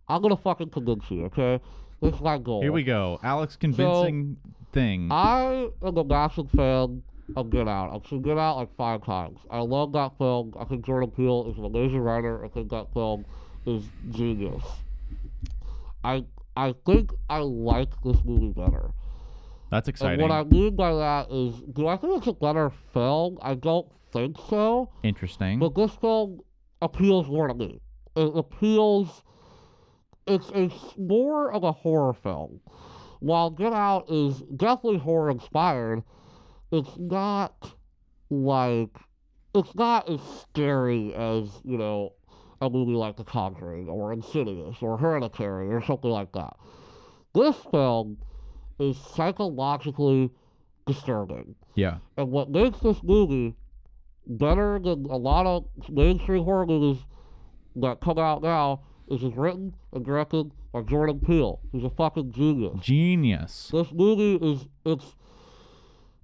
Speaker 2: I'm gonna fucking convince you. Okay. That's my goal.
Speaker 1: Here we go, Alex convincing thing.
Speaker 2: I am a massive fan of Get Out. I've seen Get Out like five times. I love that film. I think Jordan Peele is an amazing writer. I think that film is genius. I I think I like this movie better.
Speaker 1: That's exciting.
Speaker 2: And uh, what I mean by that is, do I think it's a better film? I don't think so.
Speaker 1: Interesting.
Speaker 2: But this film appeals more to me. It appeals. It's it's more of a horror film. While Get Out is definitely horror inspired, it's not like it's not as scary as you know a movie like The Conjuring or Insidious or Hereditary or something like that. This film is psychologically disturbing.
Speaker 1: yeah,
Speaker 2: And what makes this movie better than a lot of mainstream horror movies that come out now is it's written and directed by Jordan Peele, who's a fucking genius.
Speaker 1: genius.
Speaker 2: This movie is it's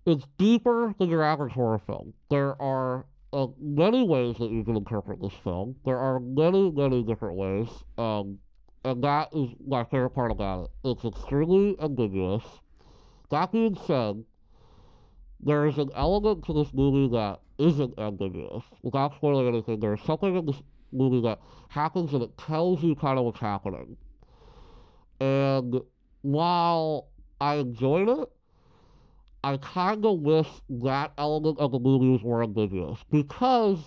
Speaker 2: it's deeper than your average horror film. There are uh, many ways that you can interpret this film. There are many, many different ways, um, and that is my favorite part about it. It's extremely ambiguous. That being said, there is an element to this movie that isn't ambiguous. Without spoiling anything, there is something in this movie that happens and it tells you kind of what's happening. And while I enjoyed it, I kind of wish that element of the movie was more ambiguous. Because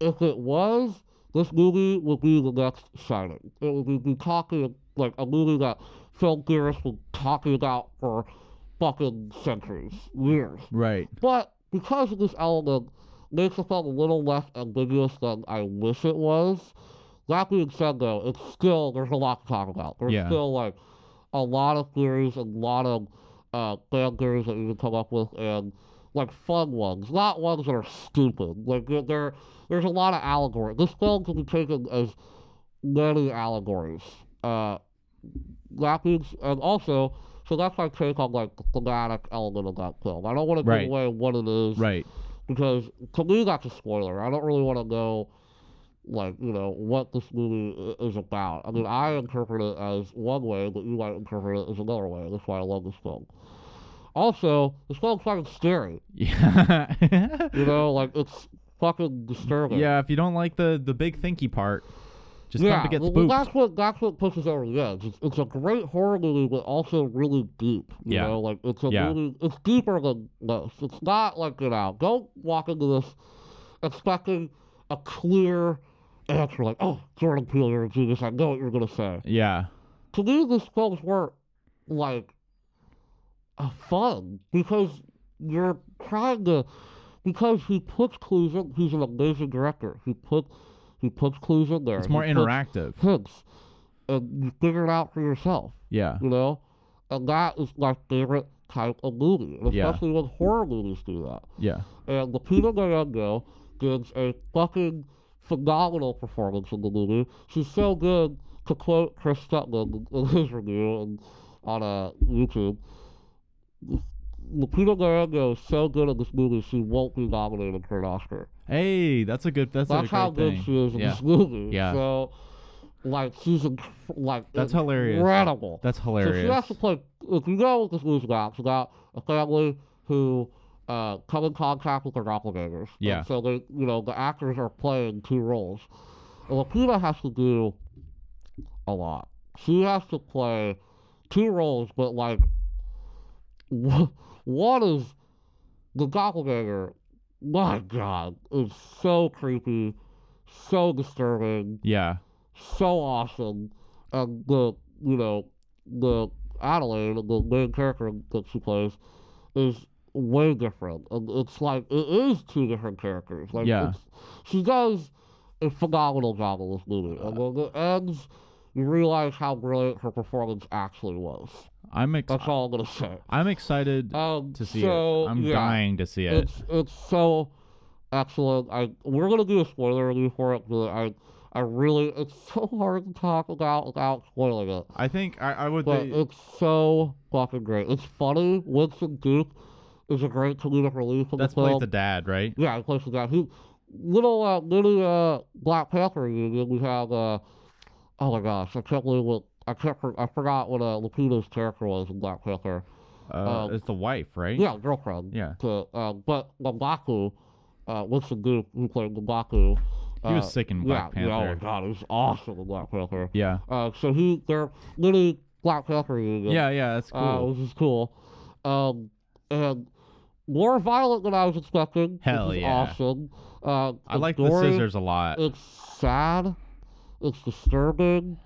Speaker 2: if it was, this movie would be the next Shining. It would be, be talking, like, a movie that film theorists were talking about for fucking centuries, years.
Speaker 1: Right.
Speaker 2: But because of this element, makes it felt a little less ambiguous than I wish it was. That being said, though, it's still there's a lot to talk about. There's
Speaker 1: Yeah.
Speaker 2: still like a lot of theories and a lot of uh, fan theories that you can come up with, and like fun ones, not ones that are stupid. Like there- there, there's a lot of allegory. This film can be taken as many allegories. Uh, that means, and also, so that's my take on like the thematic element of that film. I don't want to
Speaker 1: Right.
Speaker 2: give away what it is
Speaker 1: Right.
Speaker 2: because to me that's a spoiler. I don't really want to know, like you know, what this movie i- is about. I mean, I interpret it as one way, but you might interpret it as another way. That's why I love this film. Also, this film's fucking scary.
Speaker 1: Yeah.
Speaker 2: You know, like it's fucking disturbing.
Speaker 1: yeah. If you don't like the the big thinky part, Just
Speaker 2: yeah,
Speaker 1: come to get
Speaker 2: well,
Speaker 1: spooked.
Speaker 2: that's what that's what pushes over the edge. It's, it's a great horror movie, but also really goop. You
Speaker 1: Yeah.
Speaker 2: know, like it's a
Speaker 1: Yeah.
Speaker 2: really it's gooper than most. It's not like you know, don't walk into this expecting a clear answer like, oh, Jordan Peele, you're a genius. I know what you're gonna say.
Speaker 1: yeah.
Speaker 2: To me, these films were like uh, fun because you're trying to because he puts clues in. He's an amazing director. He put he puts clues in there.
Speaker 1: It's more
Speaker 2: He puts-
Speaker 1: interactive.
Speaker 2: hints and you figure it out for yourself,
Speaker 1: Yeah.
Speaker 2: you know? And that is my favorite type of movie, and
Speaker 1: Yeah.
Speaker 2: especially when horror movies do that.
Speaker 1: Yeah.
Speaker 2: And Lupita Nyong'o gives a fucking phenomenal performance in the movie. She's so good, to quote Chris Stutman in his review and on uh, YouTube, Lupita Nyong'o is so good in this movie, she won't be nominated for an Oscar.
Speaker 1: Hey, that's a good. That's,
Speaker 2: That's
Speaker 1: a
Speaker 2: how
Speaker 1: great
Speaker 2: good
Speaker 1: thing.
Speaker 2: she is in
Speaker 1: yeah.
Speaker 2: this movie.
Speaker 1: Yeah.
Speaker 2: So, like, she's inc- like
Speaker 1: That's hilarious.
Speaker 2: Incredible.
Speaker 1: That's
Speaker 2: So she
Speaker 1: hilarious.
Speaker 2: has to play. If you know what this movie's about, it's about a family who uh, come in contact with their doppelgangers. And
Speaker 1: Yeah.
Speaker 2: so they, you know, the actors are playing two roles. And Lupita has to do a lot. She has to play two roles, but like, wh- one is the doppelganger. My God, it's so creepy, so disturbing,
Speaker 1: yeah.
Speaker 2: so awesome, and the you know the Adelaide, the main character that she plays, is way different. And it's like it is two different characters. Like
Speaker 1: Yeah.
Speaker 2: it's, she does a phenomenal job in this movie, and when it ends, you realize how brilliant her performance actually was.
Speaker 1: I'm ex-
Speaker 2: That's all I'm gonna say.
Speaker 1: I'm excited
Speaker 2: Um,
Speaker 1: to see
Speaker 2: so,
Speaker 1: it. I'm
Speaker 2: yeah.
Speaker 1: dying to see it.
Speaker 2: It's it's so excellent. I we're gonna do a spoiler review for it, but I I really it's so hard to talk about without spoiling it.
Speaker 1: I think I, I would.
Speaker 2: But
Speaker 1: be-
Speaker 2: it's so fucking great. It's funny. Winston Duke is a great comedic relief in
Speaker 1: that's
Speaker 2: the film.
Speaker 1: plays the dad, right?
Speaker 2: yeah, he plays the guy. He, little uh, little uh, Black Panther reunion. We have uh, oh my gosh, I can't believe what I can't for- I forgot what uh, Lupita's character was in Black Panther.
Speaker 1: Uh,
Speaker 2: um,
Speaker 1: it's the wife, right?
Speaker 2: Yeah, girlfriend.
Speaker 1: Yeah.
Speaker 2: To, uh, but Mbaku, uh, what's the dude who played Mbaku? Uh,
Speaker 1: He was sick in Black
Speaker 2: yeah, yeah, oh my
Speaker 1: Panther.
Speaker 2: god, he was awesome in Black Panther.
Speaker 1: Yeah.
Speaker 2: Uh, so he, they're literally Black Panther reunion.
Speaker 1: Yeah. Yeah. That's cool.
Speaker 2: Uh, which is cool. Um, and more violent than I was expecting.
Speaker 1: Hell
Speaker 2: which is
Speaker 1: yeah.
Speaker 2: Awesome. Uh,
Speaker 1: I
Speaker 2: it's
Speaker 1: like
Speaker 2: gory,
Speaker 1: the scissors a lot.
Speaker 2: It's sad. It's disturbing.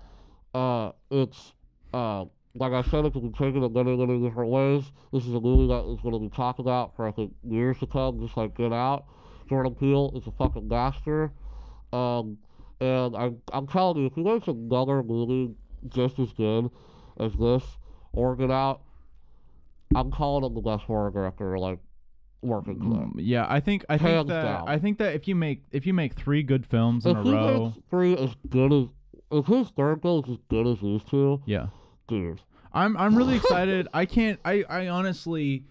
Speaker 2: Uh, it's uh, like I said, it can be taken in many, many different ways. This is a movie that is going to be talked about for I think years to come, just like Get Out. Jordan Peele is a fucking master. Um, and I'm, I'm telling you, if you makes another movie just as good as this, or Get Out, I'm calling him the best horror director like working today.
Speaker 1: Mm, Yeah, I think I
Speaker 2: Hands
Speaker 1: think that
Speaker 2: down.
Speaker 1: I think that if you make if you make three good films in
Speaker 2: If
Speaker 1: a
Speaker 2: he
Speaker 1: row,
Speaker 2: makes three as good as if his third goal is as good as these two,
Speaker 1: yeah.
Speaker 2: dude.
Speaker 1: I'm I'm really excited. I can't I I honestly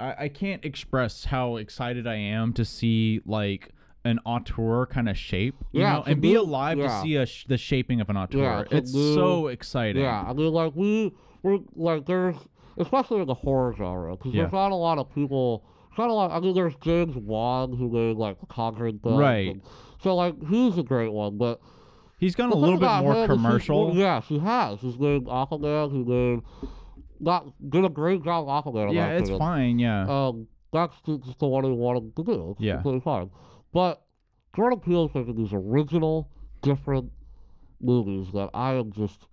Speaker 1: I, I can't express how excited I am to see like an auteur kind of shape, you
Speaker 2: Yeah,
Speaker 1: know,
Speaker 2: to
Speaker 1: and be
Speaker 2: do-
Speaker 1: alive
Speaker 2: yeah.
Speaker 1: to see a sh- the shaping of an auteur.
Speaker 2: to
Speaker 1: it's
Speaker 2: do-
Speaker 1: so exciting.
Speaker 2: Yeah, I mean, like we we're like there's especially in the horror genre because
Speaker 1: Yeah.
Speaker 2: there's not a lot of people. there's Not a lot. I mean, there's James Wan who made like The Conjuring, films,
Speaker 1: Right.
Speaker 2: and- so like he's a great one, but
Speaker 1: He's gone a
Speaker 2: the thing
Speaker 1: little bit
Speaker 2: about
Speaker 1: more
Speaker 2: him is he's-
Speaker 1: commercial.
Speaker 2: yeah, she has. He's named Aquaman. He named not did a great job Aquaman. in my
Speaker 1: Yeah, it's
Speaker 2: opinion.
Speaker 1: fine. Yeah.
Speaker 2: Um, that's ju- just the one we wanted to do. It's
Speaker 1: Yeah.
Speaker 2: completely fine. But Jordan Peele's making these original, different movies that I am just,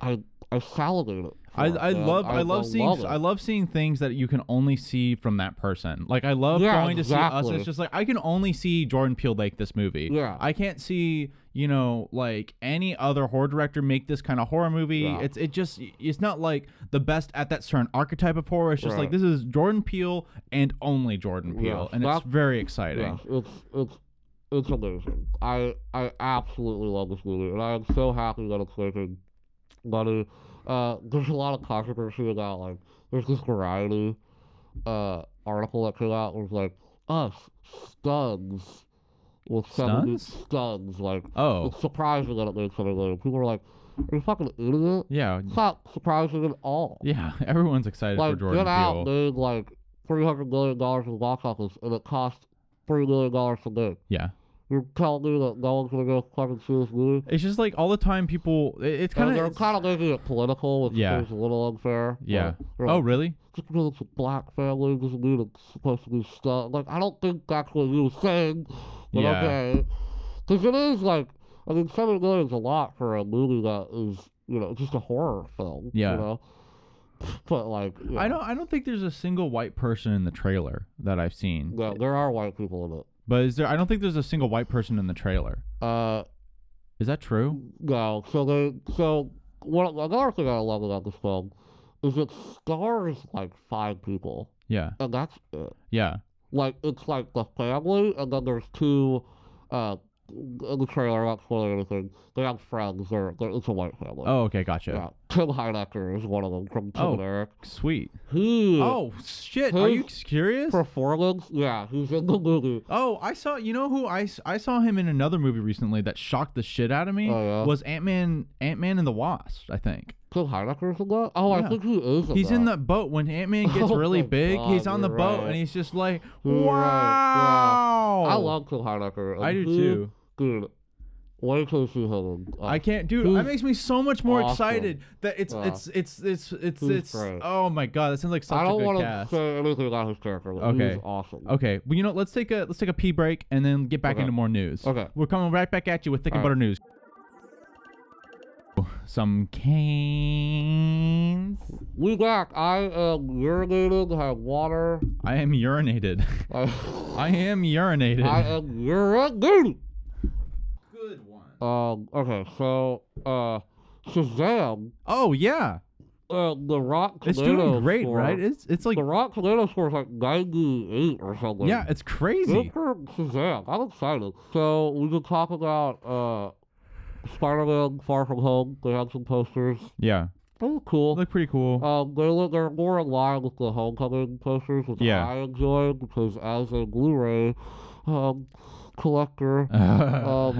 Speaker 2: I, I salivated.
Speaker 1: I,
Speaker 2: for,
Speaker 1: I
Speaker 2: man.
Speaker 1: love I love seeing
Speaker 2: it.
Speaker 1: I love seeing things that you can only see from that person. Like I love
Speaker 2: Yeah,
Speaker 1: going to see us.
Speaker 2: exactly.
Speaker 1: It's just like I can only see Jordan Peele make this movie.
Speaker 2: Yeah.
Speaker 1: I can't see you know like any other horror director make this kind of horror movie.
Speaker 2: Yeah.
Speaker 1: It's it just it's not like the best at that certain archetype of horror. It's just
Speaker 2: Right.
Speaker 1: like this is Jordan Peele and only Jordan Peele,
Speaker 2: Yeah,
Speaker 1: and
Speaker 2: that-
Speaker 1: it's very exciting.
Speaker 2: Yes, it's it's it's amazing. I I absolutely love this movie, and I am so happy that it's making money. Uh, there's a lot of controversy about like there's this Variety uh article that came out was like us stuns with seventy
Speaker 1: Stuns?
Speaker 2: stuns like
Speaker 1: Oh
Speaker 2: it's surprising that it made seventy million. People are like, are you fucking idiot?
Speaker 1: yeah,
Speaker 2: It's not surprising at all.
Speaker 1: yeah. Everyone's excited
Speaker 2: Like
Speaker 1: for Jordan
Speaker 2: Get
Speaker 1: Peele.
Speaker 2: Out made like three hundred million dollars in the box office, and it cost three million dollars to make.
Speaker 1: Yeah,
Speaker 2: You're telling me that no one's gonna go fucking see this movie?
Speaker 1: It's just like all the time people. it- it's
Speaker 2: And
Speaker 1: kind
Speaker 2: they're
Speaker 1: of.
Speaker 2: kind of making it political, which
Speaker 1: Yeah.
Speaker 2: is a little unfair. but
Speaker 1: Yeah.
Speaker 2: they're
Speaker 1: Oh
Speaker 2: like,
Speaker 1: really?
Speaker 2: just because it's a black family doesn't mean it's supposed to be stuff. Like, I don't think that's what you were saying, but
Speaker 1: Yeah.
Speaker 2: okay. Because it is like, I mean, seven million is a lot for a movie that is, you know, just a horror film.
Speaker 1: Yeah.
Speaker 2: You know? But like, you
Speaker 1: I
Speaker 2: know,
Speaker 1: don't. I don't think there's a single white person in the trailer that I've seen.
Speaker 2: no, there are white people in it.
Speaker 1: But is there? I don't think there's a single white person in the trailer.
Speaker 2: Uh,
Speaker 1: Is that true?
Speaker 2: no. So they, so what? Another thing I love about this film is it stars like five people,
Speaker 1: Yeah.
Speaker 2: and that's it.
Speaker 1: Yeah.
Speaker 2: like it's like the family, and then there's two. Uh, in the trailer, I'm not spoiling anything. They have friends. Or it's a white family.
Speaker 1: Oh, okay. Gotcha.
Speaker 2: yeah. Tim Heidecker is one of them from Tim
Speaker 1: Oh.
Speaker 2: and Eric.
Speaker 1: Sweet.
Speaker 2: He
Speaker 1: Oh shit. Are you
Speaker 2: Who's-
Speaker 1: serious?
Speaker 2: performance. Yeah, he's in the movie.
Speaker 1: Oh, I saw. You know who I, s- I saw him in another movie recently that shocked the shit out of me
Speaker 2: Oh, yeah?
Speaker 1: was Ant Man Ant Man and the Wasp. I think
Speaker 2: Tim Heidecker's in that. Oh,
Speaker 1: Yeah.
Speaker 2: I think he is. In
Speaker 1: he's in
Speaker 2: that.
Speaker 1: that boat when Ant Man gets
Speaker 2: Oh
Speaker 1: really
Speaker 2: my
Speaker 1: big.
Speaker 2: God,
Speaker 1: he's on the
Speaker 2: you're
Speaker 1: boat
Speaker 2: right.
Speaker 1: and he's just like,
Speaker 2: You're right, yeah.
Speaker 1: wow.
Speaker 2: I love Tim Heidecker. and
Speaker 1: Oh. I do
Speaker 2: he-
Speaker 1: too.
Speaker 2: dude. Wait till you see him. in, uh,
Speaker 1: I can't, dude.
Speaker 2: Who's
Speaker 1: That makes me so much more
Speaker 2: awesome.
Speaker 1: excited. That it's
Speaker 2: Yeah.
Speaker 1: it's it's it's it's
Speaker 2: Who's
Speaker 1: it's.
Speaker 2: great?
Speaker 1: Oh my god, that sounds like such
Speaker 2: I don't
Speaker 1: a good
Speaker 2: wanna
Speaker 1: cast.
Speaker 2: say anything about his character. But
Speaker 1: Okay.
Speaker 2: He's awesome.
Speaker 1: Okay, well you know, let's take a let's take a pee break and then get back
Speaker 2: Okay.
Speaker 1: into more news.
Speaker 2: Okay.
Speaker 1: we're coming right back at you with thick and
Speaker 2: All
Speaker 1: butter news. Some canes.
Speaker 2: We back. I am urinating. I have water.
Speaker 1: I am urinated.
Speaker 2: I-
Speaker 1: I am urinated.
Speaker 2: Uh, I uh, am urinating.
Speaker 1: Good one.
Speaker 2: Um. Okay. So, uh, Shazam.
Speaker 1: Oh yeah,
Speaker 2: Uh, the Rock
Speaker 1: it's
Speaker 2: Tomatoes.
Speaker 1: doing great,
Speaker 2: score,
Speaker 1: right? It's it's like
Speaker 2: the Rock Tomatoes score is like ninety-eight or something.
Speaker 1: yeah, it's
Speaker 2: Good
Speaker 1: crazy.
Speaker 2: for Shazam. I'm excited. So we can talk about uh, Spider-Man: Far From Home. They had some posters.
Speaker 1: Yeah,
Speaker 2: They were cool.
Speaker 1: look pretty cool.
Speaker 2: Um, they look, they're more in line with the Homecoming posters, which
Speaker 1: Yeah.
Speaker 2: I enjoy because as a Blu-ray um, collector, Uh, um,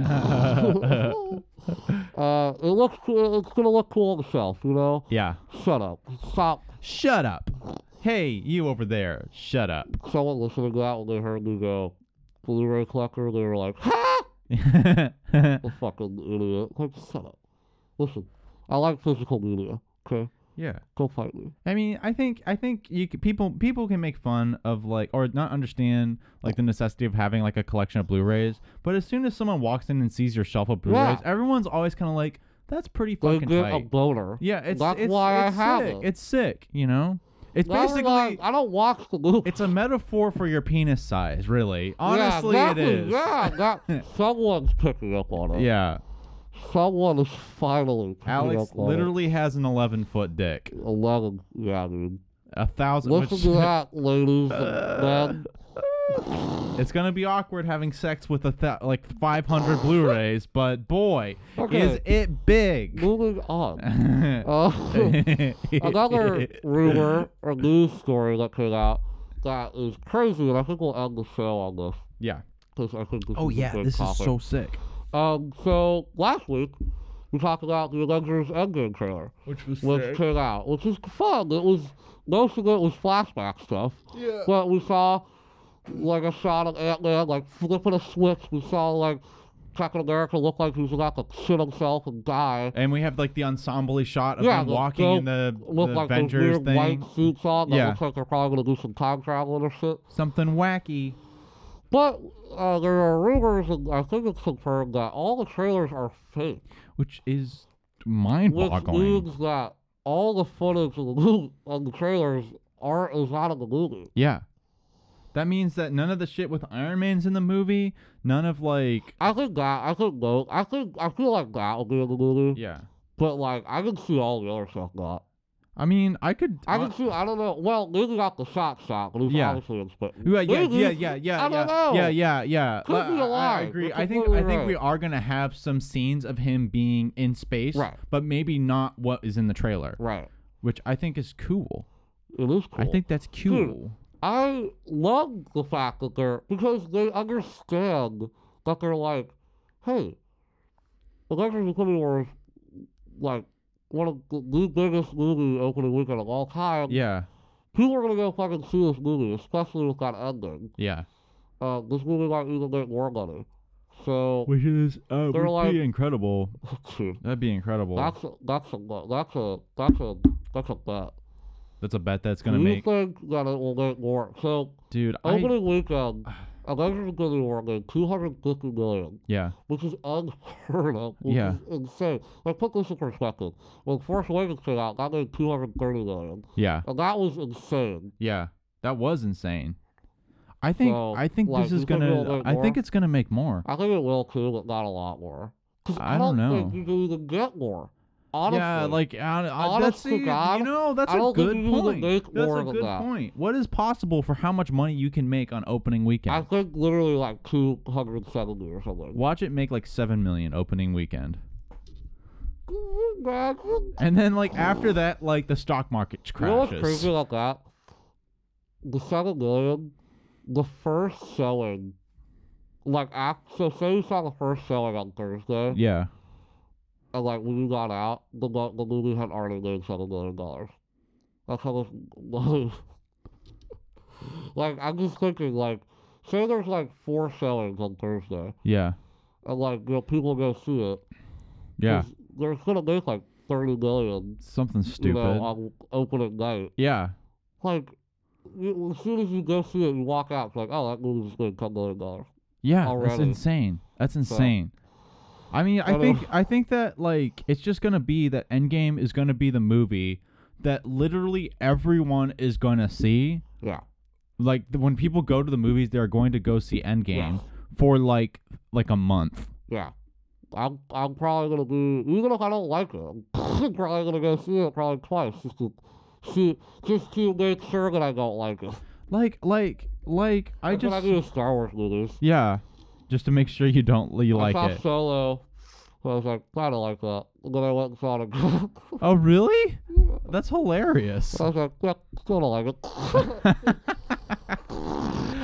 Speaker 2: uh, it looks cool- it's gonna look cool on the shelf, you know.
Speaker 1: yeah.
Speaker 2: Shut up! Stop!
Speaker 1: Shut up. Hey, you over there. Shut up.
Speaker 2: Someone listening to that when they heard me go Blu-ray collector, they were like, "Ha!
Speaker 1: yeah.
Speaker 2: The fucking idiot!" Like, shut up! Listen, I like physical media. Okay, go fight me.
Speaker 1: I mean, I think I think you c people people can make fun of like or not understand like the necessity of having like a collection of Blu-rays, but as soon as someone walks in and sees your shelf of Blu-rays,
Speaker 2: Yeah.
Speaker 1: everyone's always kind of like, "That's pretty
Speaker 2: They
Speaker 1: fucking
Speaker 2: get a
Speaker 1: tight."
Speaker 2: boner.
Speaker 1: Yeah, it's
Speaker 2: That's
Speaker 1: it's,
Speaker 2: why I
Speaker 1: it's
Speaker 2: have
Speaker 1: sick.
Speaker 2: it.
Speaker 1: It's sick, you know. It's
Speaker 2: Now we're
Speaker 1: basically
Speaker 2: like, I don't watch the movie.
Speaker 1: it's a metaphor for your penis size, really. Honestly,
Speaker 2: yeah,
Speaker 1: it
Speaker 2: exactly.
Speaker 1: is.
Speaker 2: Yeah, that, someone's picking up on it.
Speaker 1: Yeah.
Speaker 2: Someone is finally picking
Speaker 1: Alex
Speaker 2: up on
Speaker 1: literally has an 11-foot dick.
Speaker 2: it. Eleven, yeah, dude.
Speaker 1: A thousand.
Speaker 2: Listen
Speaker 1: which-
Speaker 2: to that, ladies and
Speaker 1: Uh.
Speaker 2: men.
Speaker 1: It's gonna be awkward having sex with a th- like 500 Blu-rays, but boy,
Speaker 2: Okay.
Speaker 1: is it big!
Speaker 2: Moving on. Uh, another
Speaker 1: Another
Speaker 2: rumor or news story that came out that is crazy, and I think we'll end the show on this
Speaker 1: Yeah.
Speaker 2: because I think this
Speaker 1: Oh
Speaker 2: is
Speaker 1: yeah,
Speaker 2: a good
Speaker 1: this is
Speaker 2: topic.
Speaker 1: so sick.
Speaker 2: Um, so last week we talked about the Avengers Endgame trailer.
Speaker 1: Which was
Speaker 2: which came out, which is fun. It was most of it was flashback stuff. Yeah. But we saw like a shot of Ant Man like flipping a switch. We saw like Captain America look like he was about to shit himself and die.
Speaker 1: And we have like the ensemble shot of
Speaker 2: Yeah,
Speaker 1: them
Speaker 2: the
Speaker 1: walking in the, the
Speaker 2: Look like those
Speaker 1: Avengers
Speaker 2: weird
Speaker 1: thing.
Speaker 2: white suits on. That
Speaker 1: Yeah.
Speaker 2: looks like they're probably gonna do some time traveling or shit.
Speaker 1: Something wacky.
Speaker 2: But uh, there are rumors, and I think it's confirmed that all the trailers are fake,
Speaker 1: Which is mind-boggling.
Speaker 2: which means that all the footage in the movie, on the trailers are is not in the movie.
Speaker 1: Yeah. That means that none of the shit with Iron Man's in the movie. None of like.
Speaker 2: I think that I think no, I think I feel like that would be in the movie.
Speaker 1: Yeah.
Speaker 2: But like I can see all the other stuff not.
Speaker 1: I mean, I could.
Speaker 2: I can see I don't know. Well, Nigga got the shot shot, but he's
Speaker 1: Yeah.
Speaker 2: obviously in space.
Speaker 1: Yeah, yeah,
Speaker 2: Maybe.
Speaker 1: yeah, yeah, yeah.
Speaker 2: I
Speaker 1: yeah,
Speaker 2: don't know.
Speaker 1: Yeah, yeah, yeah.
Speaker 2: Could
Speaker 1: Well,
Speaker 2: be a
Speaker 1: I- I
Speaker 2: lie.
Speaker 1: agree.
Speaker 2: You're
Speaker 1: I think I
Speaker 2: completely
Speaker 1: think we
Speaker 2: right.
Speaker 1: are gonna have some scenes of him being in space,
Speaker 2: Right.
Speaker 1: but maybe not what is in the trailer,
Speaker 2: Right.
Speaker 1: which I think is cool.
Speaker 2: It is cool.
Speaker 1: I think that's cool.
Speaker 2: I love the fact that they're because they understand that they're like, hey, Avengers Infinity War is like one of the, the biggest movie opening weekend of all time.
Speaker 1: Yeah,
Speaker 2: People are gonna go fucking see this movie, especially with that ending.
Speaker 1: yeah.
Speaker 2: Uh, this movie might even make more money. so
Speaker 1: which is uh,
Speaker 2: They're
Speaker 1: would
Speaker 2: like-
Speaker 1: be incredible. That'd be incredible.
Speaker 2: that's a, that's a bet. that's a that's a that's a bet.
Speaker 1: That's a bet that's gonna
Speaker 2: Do you
Speaker 1: make
Speaker 2: think that it will make more? So
Speaker 1: dude. I
Speaker 2: opening weekend, Avengers Infinity War made 250 million,
Speaker 1: yeah
Speaker 2: which is unheard of, which
Speaker 1: Yeah.
Speaker 2: is insane. Like put this in perspective. When Force Awakens came out, that made 230 million,
Speaker 1: yeah
Speaker 2: and that was insane.
Speaker 1: yeah. That was insane. I think
Speaker 2: So,
Speaker 1: I think
Speaker 2: like,
Speaker 1: this is
Speaker 2: you think it'll
Speaker 1: gonna.
Speaker 2: make
Speaker 1: I think
Speaker 2: more?
Speaker 1: it's gonna make more.
Speaker 2: I think it will too, but not a lot more. 'Cause
Speaker 1: I don't
Speaker 2: think
Speaker 1: know.
Speaker 2: you can even get more. Honestly,
Speaker 1: yeah, like I, I,
Speaker 2: Honest
Speaker 1: that's
Speaker 2: to
Speaker 1: see,
Speaker 2: God,
Speaker 1: you know that's
Speaker 2: I
Speaker 1: a
Speaker 2: don't think
Speaker 1: good
Speaker 2: you can
Speaker 1: point.
Speaker 2: make
Speaker 1: That's
Speaker 2: more
Speaker 1: a
Speaker 2: than
Speaker 1: good
Speaker 2: that.
Speaker 1: point. What is possible for how much money you can make on opening
Speaker 2: I
Speaker 1: weekend?
Speaker 2: think literally like 270 or something.
Speaker 1: Watch it make like seven million opening weekend,
Speaker 2: Can you imagine?
Speaker 1: and then like after that, like the stock market
Speaker 2: You know what's
Speaker 1: crashes.
Speaker 2: crazy about that? The seven million, the first showing, like after, so say you saw the first showing on Thursday,
Speaker 1: yeah,
Speaker 2: and uh, like when you got out, the mo- the movie had already made seven million dollars. That's how much money. like I'm just thinking, like say there's like four showings on Thursday,
Speaker 1: yeah,
Speaker 2: and like you know people go see it.
Speaker 1: yeah,
Speaker 2: 'cause They're gonna make like thirty million,
Speaker 1: something
Speaker 2: you know,
Speaker 1: stupid.
Speaker 2: on opening night.
Speaker 1: Yeah,
Speaker 2: Like, you, as soon as you go see it, you walk out. It's like, oh, that movie's gonna come million dollars.
Speaker 1: yeah, that's
Speaker 2: Already.
Speaker 1: insane. That's insane. I mean, I
Speaker 2: I
Speaker 1: think
Speaker 2: don't-
Speaker 1: I think that like it's just gonna be that Endgame is gonna be the movie that literally everyone is gonna see.
Speaker 2: Yeah.
Speaker 1: like th- when people go to the movies they're going to go see endgame for like like a month
Speaker 2: Yeah. I'm I'm probably gonna be even if I don't like it, I'm probably gonna go see it probably twice just to see just to make sure that I don't like it.
Speaker 1: like like like i
Speaker 2: That's what I
Speaker 1: just
Speaker 2: do with Star Wars movies.
Speaker 1: yeah just to make sure you don't you like
Speaker 2: I saw
Speaker 1: it
Speaker 2: Solo. So I was like, I don't like that. And then I went and saw it again.
Speaker 1: oh really
Speaker 2: Mm.
Speaker 1: that's hilarious
Speaker 2: I was like, yeah, still don't like it.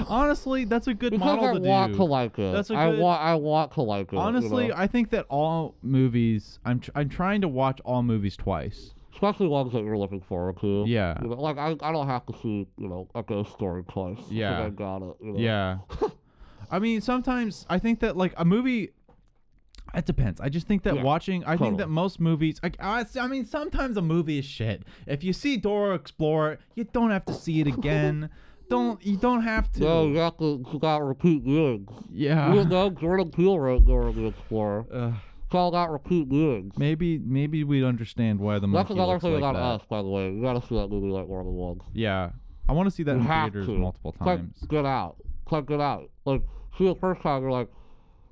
Speaker 1: honestly that's a good
Speaker 2: because I
Speaker 1: model
Speaker 2: want
Speaker 1: to
Speaker 2: to
Speaker 1: do
Speaker 2: like it.
Speaker 1: That's a
Speaker 2: I
Speaker 1: good-
Speaker 2: want I want to like it. you
Speaker 1: honestly
Speaker 2: know?
Speaker 1: i think that all movies i'm tr- i'm trying to watch all movies twice
Speaker 2: especially ones that you're looking forward to.
Speaker 1: Yeah.
Speaker 2: You know, like I, I don't have to see you know a ghost story twice. 'cause
Speaker 1: Yeah.
Speaker 2: I got it. You know?
Speaker 1: yeah i mean sometimes i think that like a movie It depends. I just think that
Speaker 2: Yeah,
Speaker 1: watching, I think
Speaker 2: totally.
Speaker 1: that most movies, like, I, I mean, sometimes a movie is shit. If you see Dora Explorer, you don't have to see it again. don't you don't have to.
Speaker 2: No, you got to you got repeat viewings. you
Speaker 1: yeah.
Speaker 2: know, Jordan Peele wrote Dora the Explorer.
Speaker 1: Uh,
Speaker 2: Call that repeat viewings.
Speaker 1: maybe maybe we understand why the
Speaker 2: That's
Speaker 1: monkey
Speaker 2: another
Speaker 1: looks
Speaker 2: thing
Speaker 1: like
Speaker 2: about
Speaker 1: that.
Speaker 2: us, by the way. You gotta see that movie like more than once.
Speaker 1: Yeah, I want to see that
Speaker 2: You
Speaker 1: in
Speaker 2: have
Speaker 1: theaters
Speaker 2: to.
Speaker 1: multiple
Speaker 2: It's like,
Speaker 1: times.
Speaker 2: get out. It's Like, get out. Like, see it first time, you're like,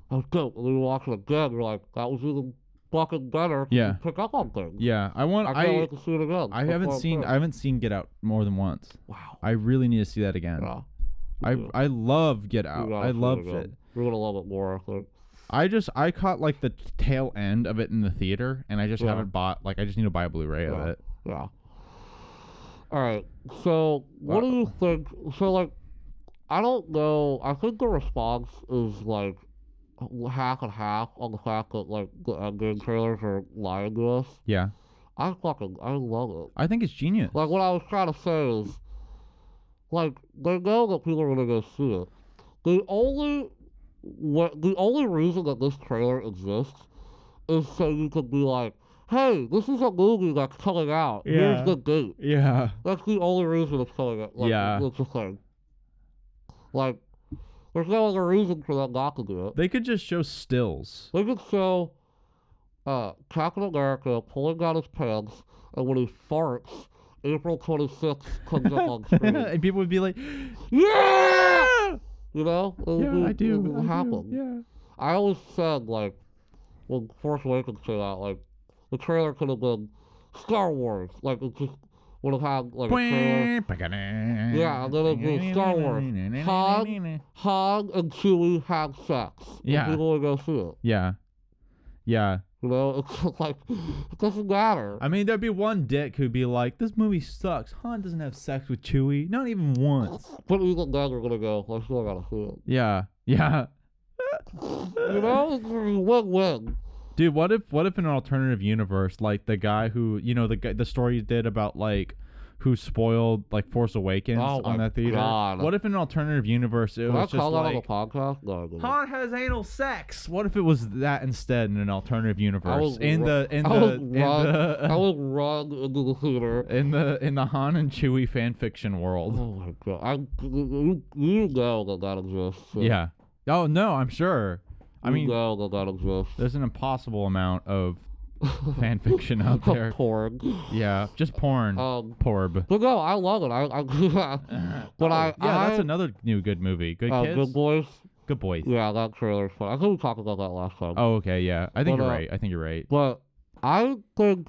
Speaker 2: oh, dope. And then you watch it again, you're like, that was even fucking better. 'cause you
Speaker 1: Yeah.
Speaker 2: Pick up on things.
Speaker 1: Yeah, I want.
Speaker 2: I can't
Speaker 1: I
Speaker 2: wait to see it again.
Speaker 1: I
Speaker 2: That's
Speaker 1: haven't
Speaker 2: what I'm
Speaker 1: seen I
Speaker 2: saying.
Speaker 1: haven't seen Get Out more than once.
Speaker 2: Wow.
Speaker 1: I really need to see that again.
Speaker 2: Yeah.
Speaker 1: I
Speaker 2: Yeah.
Speaker 1: I love Get
Speaker 2: You
Speaker 1: Out.
Speaker 2: gotta
Speaker 1: I
Speaker 2: see
Speaker 1: love
Speaker 2: again.
Speaker 1: it.
Speaker 2: You're gonna love it more, I think.
Speaker 1: I just I caught like the t- tail end of it in the theater, and I just
Speaker 2: Yeah.
Speaker 1: haven't bought like I just need to buy a Blu-ray of
Speaker 2: Yeah.
Speaker 1: it.
Speaker 2: Yeah. All right. So, what do
Speaker 1: Wow.
Speaker 2: you think? So, like, I don't know. I think the response is like half and half on the fact that like the Endgame trailers are lying to us.
Speaker 1: Yeah,
Speaker 2: I fucking I love
Speaker 1: I think it's genius.
Speaker 2: it. Like, what I was trying to say is, like, they know that people are gonna go see it. The only what the only reason that this trailer exists is so you could be like, hey, this is a movie that's coming out.
Speaker 1: Yeah.
Speaker 2: Here's the date.
Speaker 1: yeah,
Speaker 2: That's the only reason it's coming up. Like,
Speaker 1: Yeah.
Speaker 2: That's the thing. Like, there's no other reason for them not to do it.
Speaker 1: they could just show stills.
Speaker 2: They could show uh, Captain America pulling down his pants, and when he farts, April 26th comes up on screen.
Speaker 1: and people would be like,
Speaker 2: yeah!
Speaker 1: "Ah!"
Speaker 2: You know? It would
Speaker 1: "Yeah,
Speaker 2: be-
Speaker 1: I
Speaker 2: It
Speaker 1: do,
Speaker 2: would
Speaker 1: I do,
Speaker 2: happen.
Speaker 1: Yeah,
Speaker 2: I always said, like, when Force Awakens came out, like, the trailer could have been Star Wars. Like, it just would have had, like, a trailer.
Speaker 1: yeah,
Speaker 2: and then it'd be Star Wars. Han. Han and Chewie have sex. and
Speaker 1: Yeah.
Speaker 2: People would go see it.
Speaker 1: Yeah, yeah.
Speaker 2: You know, it's just like it doesn't matter.
Speaker 1: I mean, there'd be one dick who'd be like, "This movie sucks. Han doesn't have sex with Chewie, not even once."
Speaker 2: But even then, we're gonna go. I still gotta see it.
Speaker 1: Yeah, yeah.
Speaker 2: You know, it's win-win.
Speaker 1: Dude, what if what if in an alternative universe, like the guy who you know the guy the story you did about like who spoiled like Force Awakens
Speaker 2: Oh
Speaker 1: on
Speaker 2: my
Speaker 1: that theater.
Speaker 2: God.
Speaker 1: What if in an alternative universe it
Speaker 2: Can I
Speaker 1: was just
Speaker 2: call that on the
Speaker 1: like
Speaker 2: podcast? No, I'm gonna-
Speaker 1: Han has anal sex? What if it was that instead in an alternative universe
Speaker 2: would
Speaker 1: in
Speaker 2: ru-
Speaker 1: the in
Speaker 2: I
Speaker 1: the
Speaker 2: would
Speaker 1: in
Speaker 2: run. I
Speaker 1: the
Speaker 2: would run into the theater.
Speaker 1: in the in the Han and Chewie fan fiction world?
Speaker 2: Oh my god! I you, you know that that exists. so
Speaker 1: Yeah. Oh no, I'm sure. I
Speaker 2: you
Speaker 1: mean,
Speaker 2: know that that exists.
Speaker 1: there's an impossible amount of fan fiction out there.
Speaker 2: Porn.
Speaker 1: Yeah, just porn.
Speaker 2: Um,
Speaker 1: Porb.
Speaker 2: but no, I love it. I, I but
Speaker 1: Oh,
Speaker 2: I,
Speaker 1: yeah,
Speaker 2: I,
Speaker 1: that's another new good movie. Good
Speaker 2: uh,
Speaker 1: kids,
Speaker 2: Good
Speaker 1: good,
Speaker 2: Boys.
Speaker 1: boys.
Speaker 2: Yeah, that trailer's fun. I think we talked about that last time.
Speaker 1: Oh, okay, yeah. I think
Speaker 2: But,
Speaker 1: you're
Speaker 2: uh,
Speaker 1: right. I think you're right.
Speaker 2: But I think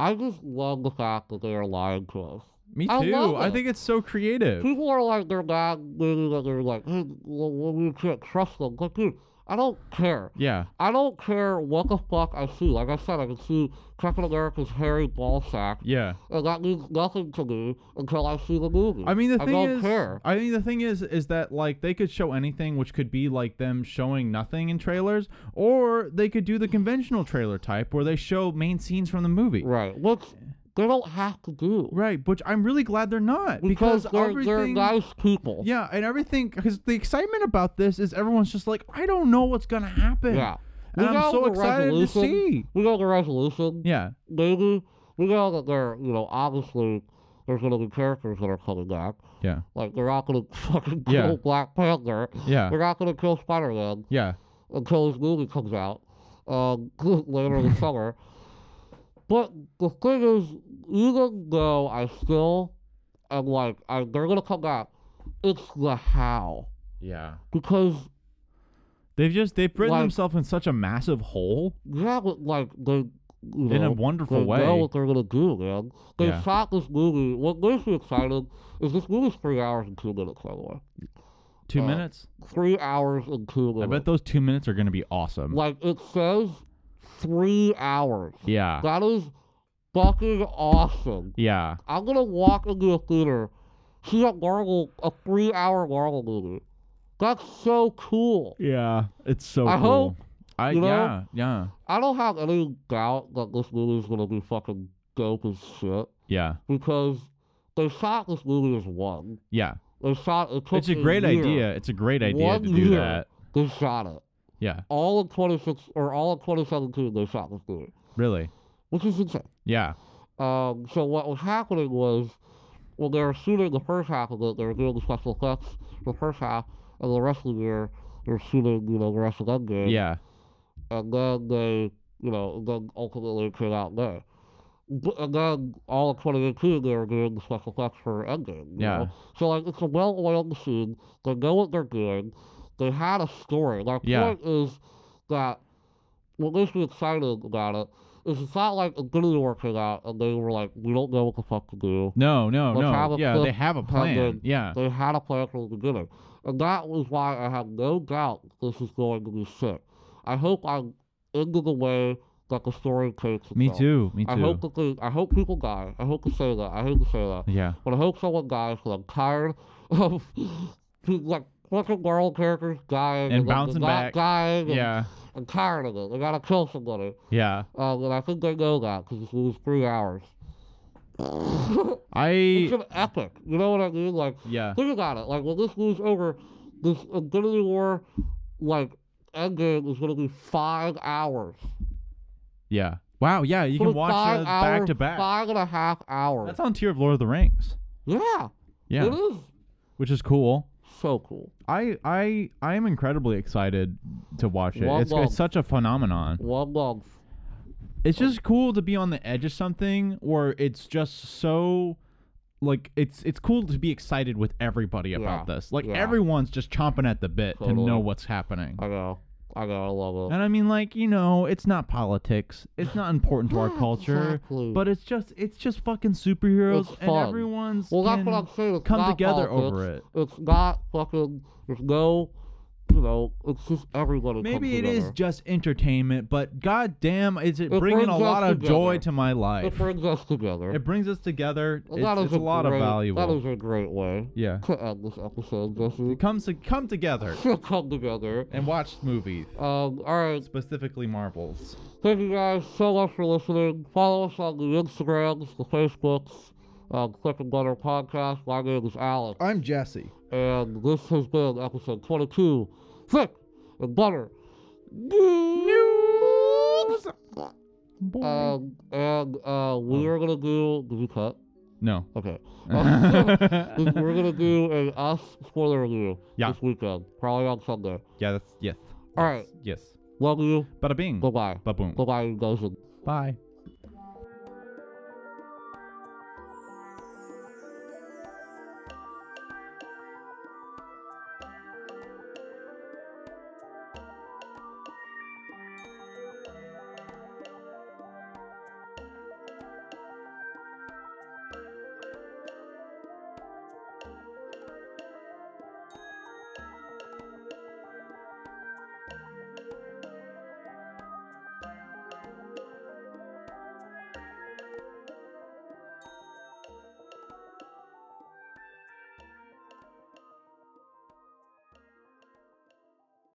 Speaker 2: I just love the fact that they are lying to us.
Speaker 1: Me
Speaker 2: I
Speaker 1: too.
Speaker 2: love
Speaker 1: I
Speaker 2: it.
Speaker 1: think it's so creative.
Speaker 2: People are like they're mad, maybe that they're like, hey, well, well, we can't trust them. Like, dude, I don't care.
Speaker 1: Yeah.
Speaker 2: I don't care what the fuck I see. Like I said, I can see Captain America's hairy ball sack,
Speaker 1: Yeah.
Speaker 2: and that means nothing to me until I see the movie.
Speaker 1: I mean the
Speaker 2: I
Speaker 1: thing
Speaker 2: don't
Speaker 1: is
Speaker 2: care.
Speaker 1: I mean the thing is is that like they could show anything which could be like them showing nothing in trailers or they could do the conventional trailer type where they show main scenes from the movie.
Speaker 2: right? Which they don't have to do
Speaker 1: Right, which I'm really glad they're not because,
Speaker 2: because, they're they're
Speaker 1: everything
Speaker 2: nice people.
Speaker 1: Yeah, and everything because the excitement about this is everyone's just like, I don't know what's gonna happen.
Speaker 2: yeah.
Speaker 1: and
Speaker 2: We
Speaker 1: I'm
Speaker 2: got
Speaker 1: so
Speaker 2: the
Speaker 1: excited to
Speaker 2: resolution.
Speaker 1: see.
Speaker 2: We got the resolution.
Speaker 1: Yeah,
Speaker 2: maybe we know that they're you know obviously there's gonna be characters that are coming back.
Speaker 1: yeah,
Speaker 2: Like they're not gonna fucking kill
Speaker 1: Yeah.
Speaker 2: Black Panther.
Speaker 1: yeah,
Speaker 2: They're not gonna kill Spider Man
Speaker 1: yeah,
Speaker 2: until his movie comes out um, later in the summer. But the thing is, even though I still am like I, they're gonna come back, it's the how
Speaker 1: yeah.
Speaker 2: because
Speaker 1: They've just they've written
Speaker 2: Like-
Speaker 1: themselves in such a massive hole
Speaker 2: yeah, but, like they. You
Speaker 1: in a
Speaker 2: know,
Speaker 1: wonderful
Speaker 2: they know
Speaker 1: way.
Speaker 2: what they're gonna do, man. They
Speaker 1: Yeah.
Speaker 2: shot this movie. What makes me excited is this movie's three hours and two minutes, by the way.
Speaker 1: Two
Speaker 2: uh,
Speaker 1: minutes.
Speaker 2: Three hours and two
Speaker 1: I
Speaker 2: minutes.
Speaker 1: bet those two minutes are gonna be awesome.
Speaker 2: like it says, three hours.
Speaker 1: yeah,
Speaker 2: That is fucking awesome.
Speaker 1: yeah.
Speaker 2: I'm gonna walk into a theater, see a Marvel, a three-hour Marvel movie. That's so cool.
Speaker 1: Yeah, it's so
Speaker 2: I
Speaker 1: cool.
Speaker 2: hope,
Speaker 1: I
Speaker 2: you know?
Speaker 1: yeah, yeah,
Speaker 2: I don't have any doubt that this movie's gonna be fucking dope as shit
Speaker 1: yeah,
Speaker 2: because they shot this movie as one.
Speaker 1: yeah.
Speaker 2: They shot. It took
Speaker 1: It's a
Speaker 2: a
Speaker 1: great
Speaker 2: year.
Speaker 1: idea. It's a great idea
Speaker 2: One
Speaker 1: to do
Speaker 2: year.
Speaker 1: that.
Speaker 2: They shot it.
Speaker 1: Yeah,
Speaker 2: All of 26 or all of 2017, they shot this movie,
Speaker 1: really.
Speaker 2: which is insane.
Speaker 1: Yeah,
Speaker 2: Um, so what was happening was when they were shooting the first half of it, they were doing the special effects the first half, and the rest of the year they were shooting, you know, the rest of that game.
Speaker 1: yeah,
Speaker 2: And then they, you know, then ultimately it came out there. But, and then all of 2018, they were doing the special effects for Endgame. You
Speaker 1: Yeah.
Speaker 2: Know? So, like, it's a well oiled machine. They know what they're doing. They had a story. My
Speaker 1: Yeah.
Speaker 2: point is that what makes me excited about it is it's not like Infinity War came out and they were like, we don't know what the fuck to do.
Speaker 1: No, no,
Speaker 2: Let's have
Speaker 1: no.
Speaker 2: a
Speaker 1: Yeah,
Speaker 2: flip
Speaker 1: they have a
Speaker 2: have
Speaker 1: plan.
Speaker 2: the-
Speaker 1: Yeah,
Speaker 2: They had a plan from the beginning. And that was why I have no doubt this is going to be sick. I hope I'm into the way that the story takes itself.
Speaker 1: me too. Me
Speaker 2: I
Speaker 1: too.
Speaker 2: hope that they, I hope people die. I hope to say that. I hate to say that.
Speaker 1: Yeah,
Speaker 2: But I hope someone dies because I'm tired of like fucking world characters dying
Speaker 1: And
Speaker 2: and, then
Speaker 1: bouncing
Speaker 2: not
Speaker 1: back.
Speaker 2: dying. And
Speaker 1: yeah,
Speaker 2: I'm tired of it. They gotta kill somebody.
Speaker 1: yeah.
Speaker 2: Um, and I think they know that because it was three hours. it's
Speaker 1: I
Speaker 2: an epic. You know what I mean? Like
Speaker 1: yeah,
Speaker 2: Think about it. Like when this movie's over, this Infinity War, like Endgame is gonna be five hours.
Speaker 1: yeah. Wow, yeah. You
Speaker 2: Gonna
Speaker 1: can
Speaker 2: be
Speaker 1: watch
Speaker 2: five
Speaker 1: those back
Speaker 2: hours,
Speaker 1: to back.
Speaker 2: Five and a half hours.
Speaker 1: That's on tier of Lord of the Rings.
Speaker 2: yeah, It
Speaker 1: Yeah,
Speaker 2: is
Speaker 1: which is cool.
Speaker 2: so cool.
Speaker 1: I I I am incredibly excited to watch it.
Speaker 2: Womp
Speaker 1: It's,
Speaker 2: womp.
Speaker 1: it's such a phenomenon.
Speaker 2: One month.
Speaker 1: It's just cool to be on the edge of something where it's just so like it's it's cool to be excited with everybody about
Speaker 2: Yeah,
Speaker 1: this. Like
Speaker 2: yeah.
Speaker 1: everyone's just chomping at the bit to
Speaker 2: Totally. Uh,
Speaker 1: know what's happening.
Speaker 2: I know. I know. I love it.
Speaker 1: And I mean, like you know, it's not politics. It's not important to our
Speaker 2: Yeah,
Speaker 1: culture.
Speaker 2: exactly.
Speaker 1: But it's just it's just fucking superheroes
Speaker 2: It's
Speaker 1: and
Speaker 2: fun.
Speaker 1: everyone's
Speaker 2: well, that's
Speaker 1: in-
Speaker 2: what I'm saying. It's
Speaker 1: come
Speaker 2: not
Speaker 1: together
Speaker 2: politics.
Speaker 1: over it.
Speaker 2: It's not fucking. There's no. You know. It's just everybody.
Speaker 1: Maybe it
Speaker 2: comes
Speaker 1: is
Speaker 2: together.
Speaker 1: just entertainment, but goddamn, is it,
Speaker 2: It
Speaker 1: bringing a
Speaker 2: brings
Speaker 1: lot
Speaker 2: us
Speaker 1: of joy
Speaker 2: together.
Speaker 1: to my life?
Speaker 2: It brings us together.
Speaker 1: It brings us together.
Speaker 2: Well,
Speaker 1: it's
Speaker 2: that is
Speaker 1: it's a, lot
Speaker 2: great-
Speaker 1: of valuable.
Speaker 2: That is a great way
Speaker 1: yeah,
Speaker 2: to end this episode, Jesse.
Speaker 1: come to, come together
Speaker 2: come together.
Speaker 1: and watch movies,
Speaker 2: Um, alright,
Speaker 1: specifically Marvels.
Speaker 2: thank you guys so much for listening. Follow us on the Instagrams, the Facebooks, on Cliff and Butter Podcast. My name is Alex,
Speaker 3: I'm Jesse.
Speaker 2: and this has been episode 22, Cliff and Butter. Um, and uh, we are gonna do. Did you cut?
Speaker 1: No.
Speaker 2: Okay. Uh, we're gonna do an us spoiler review
Speaker 1: Yeah.
Speaker 2: this weekend, probably on Sunday.
Speaker 1: Yeah, that's yes.
Speaker 2: All right.
Speaker 1: Yes.
Speaker 2: Love you.
Speaker 1: Bada bing.
Speaker 2: Goodbye.
Speaker 1: Ba boom.
Speaker 2: Goodbye, you guys.
Speaker 1: Bye.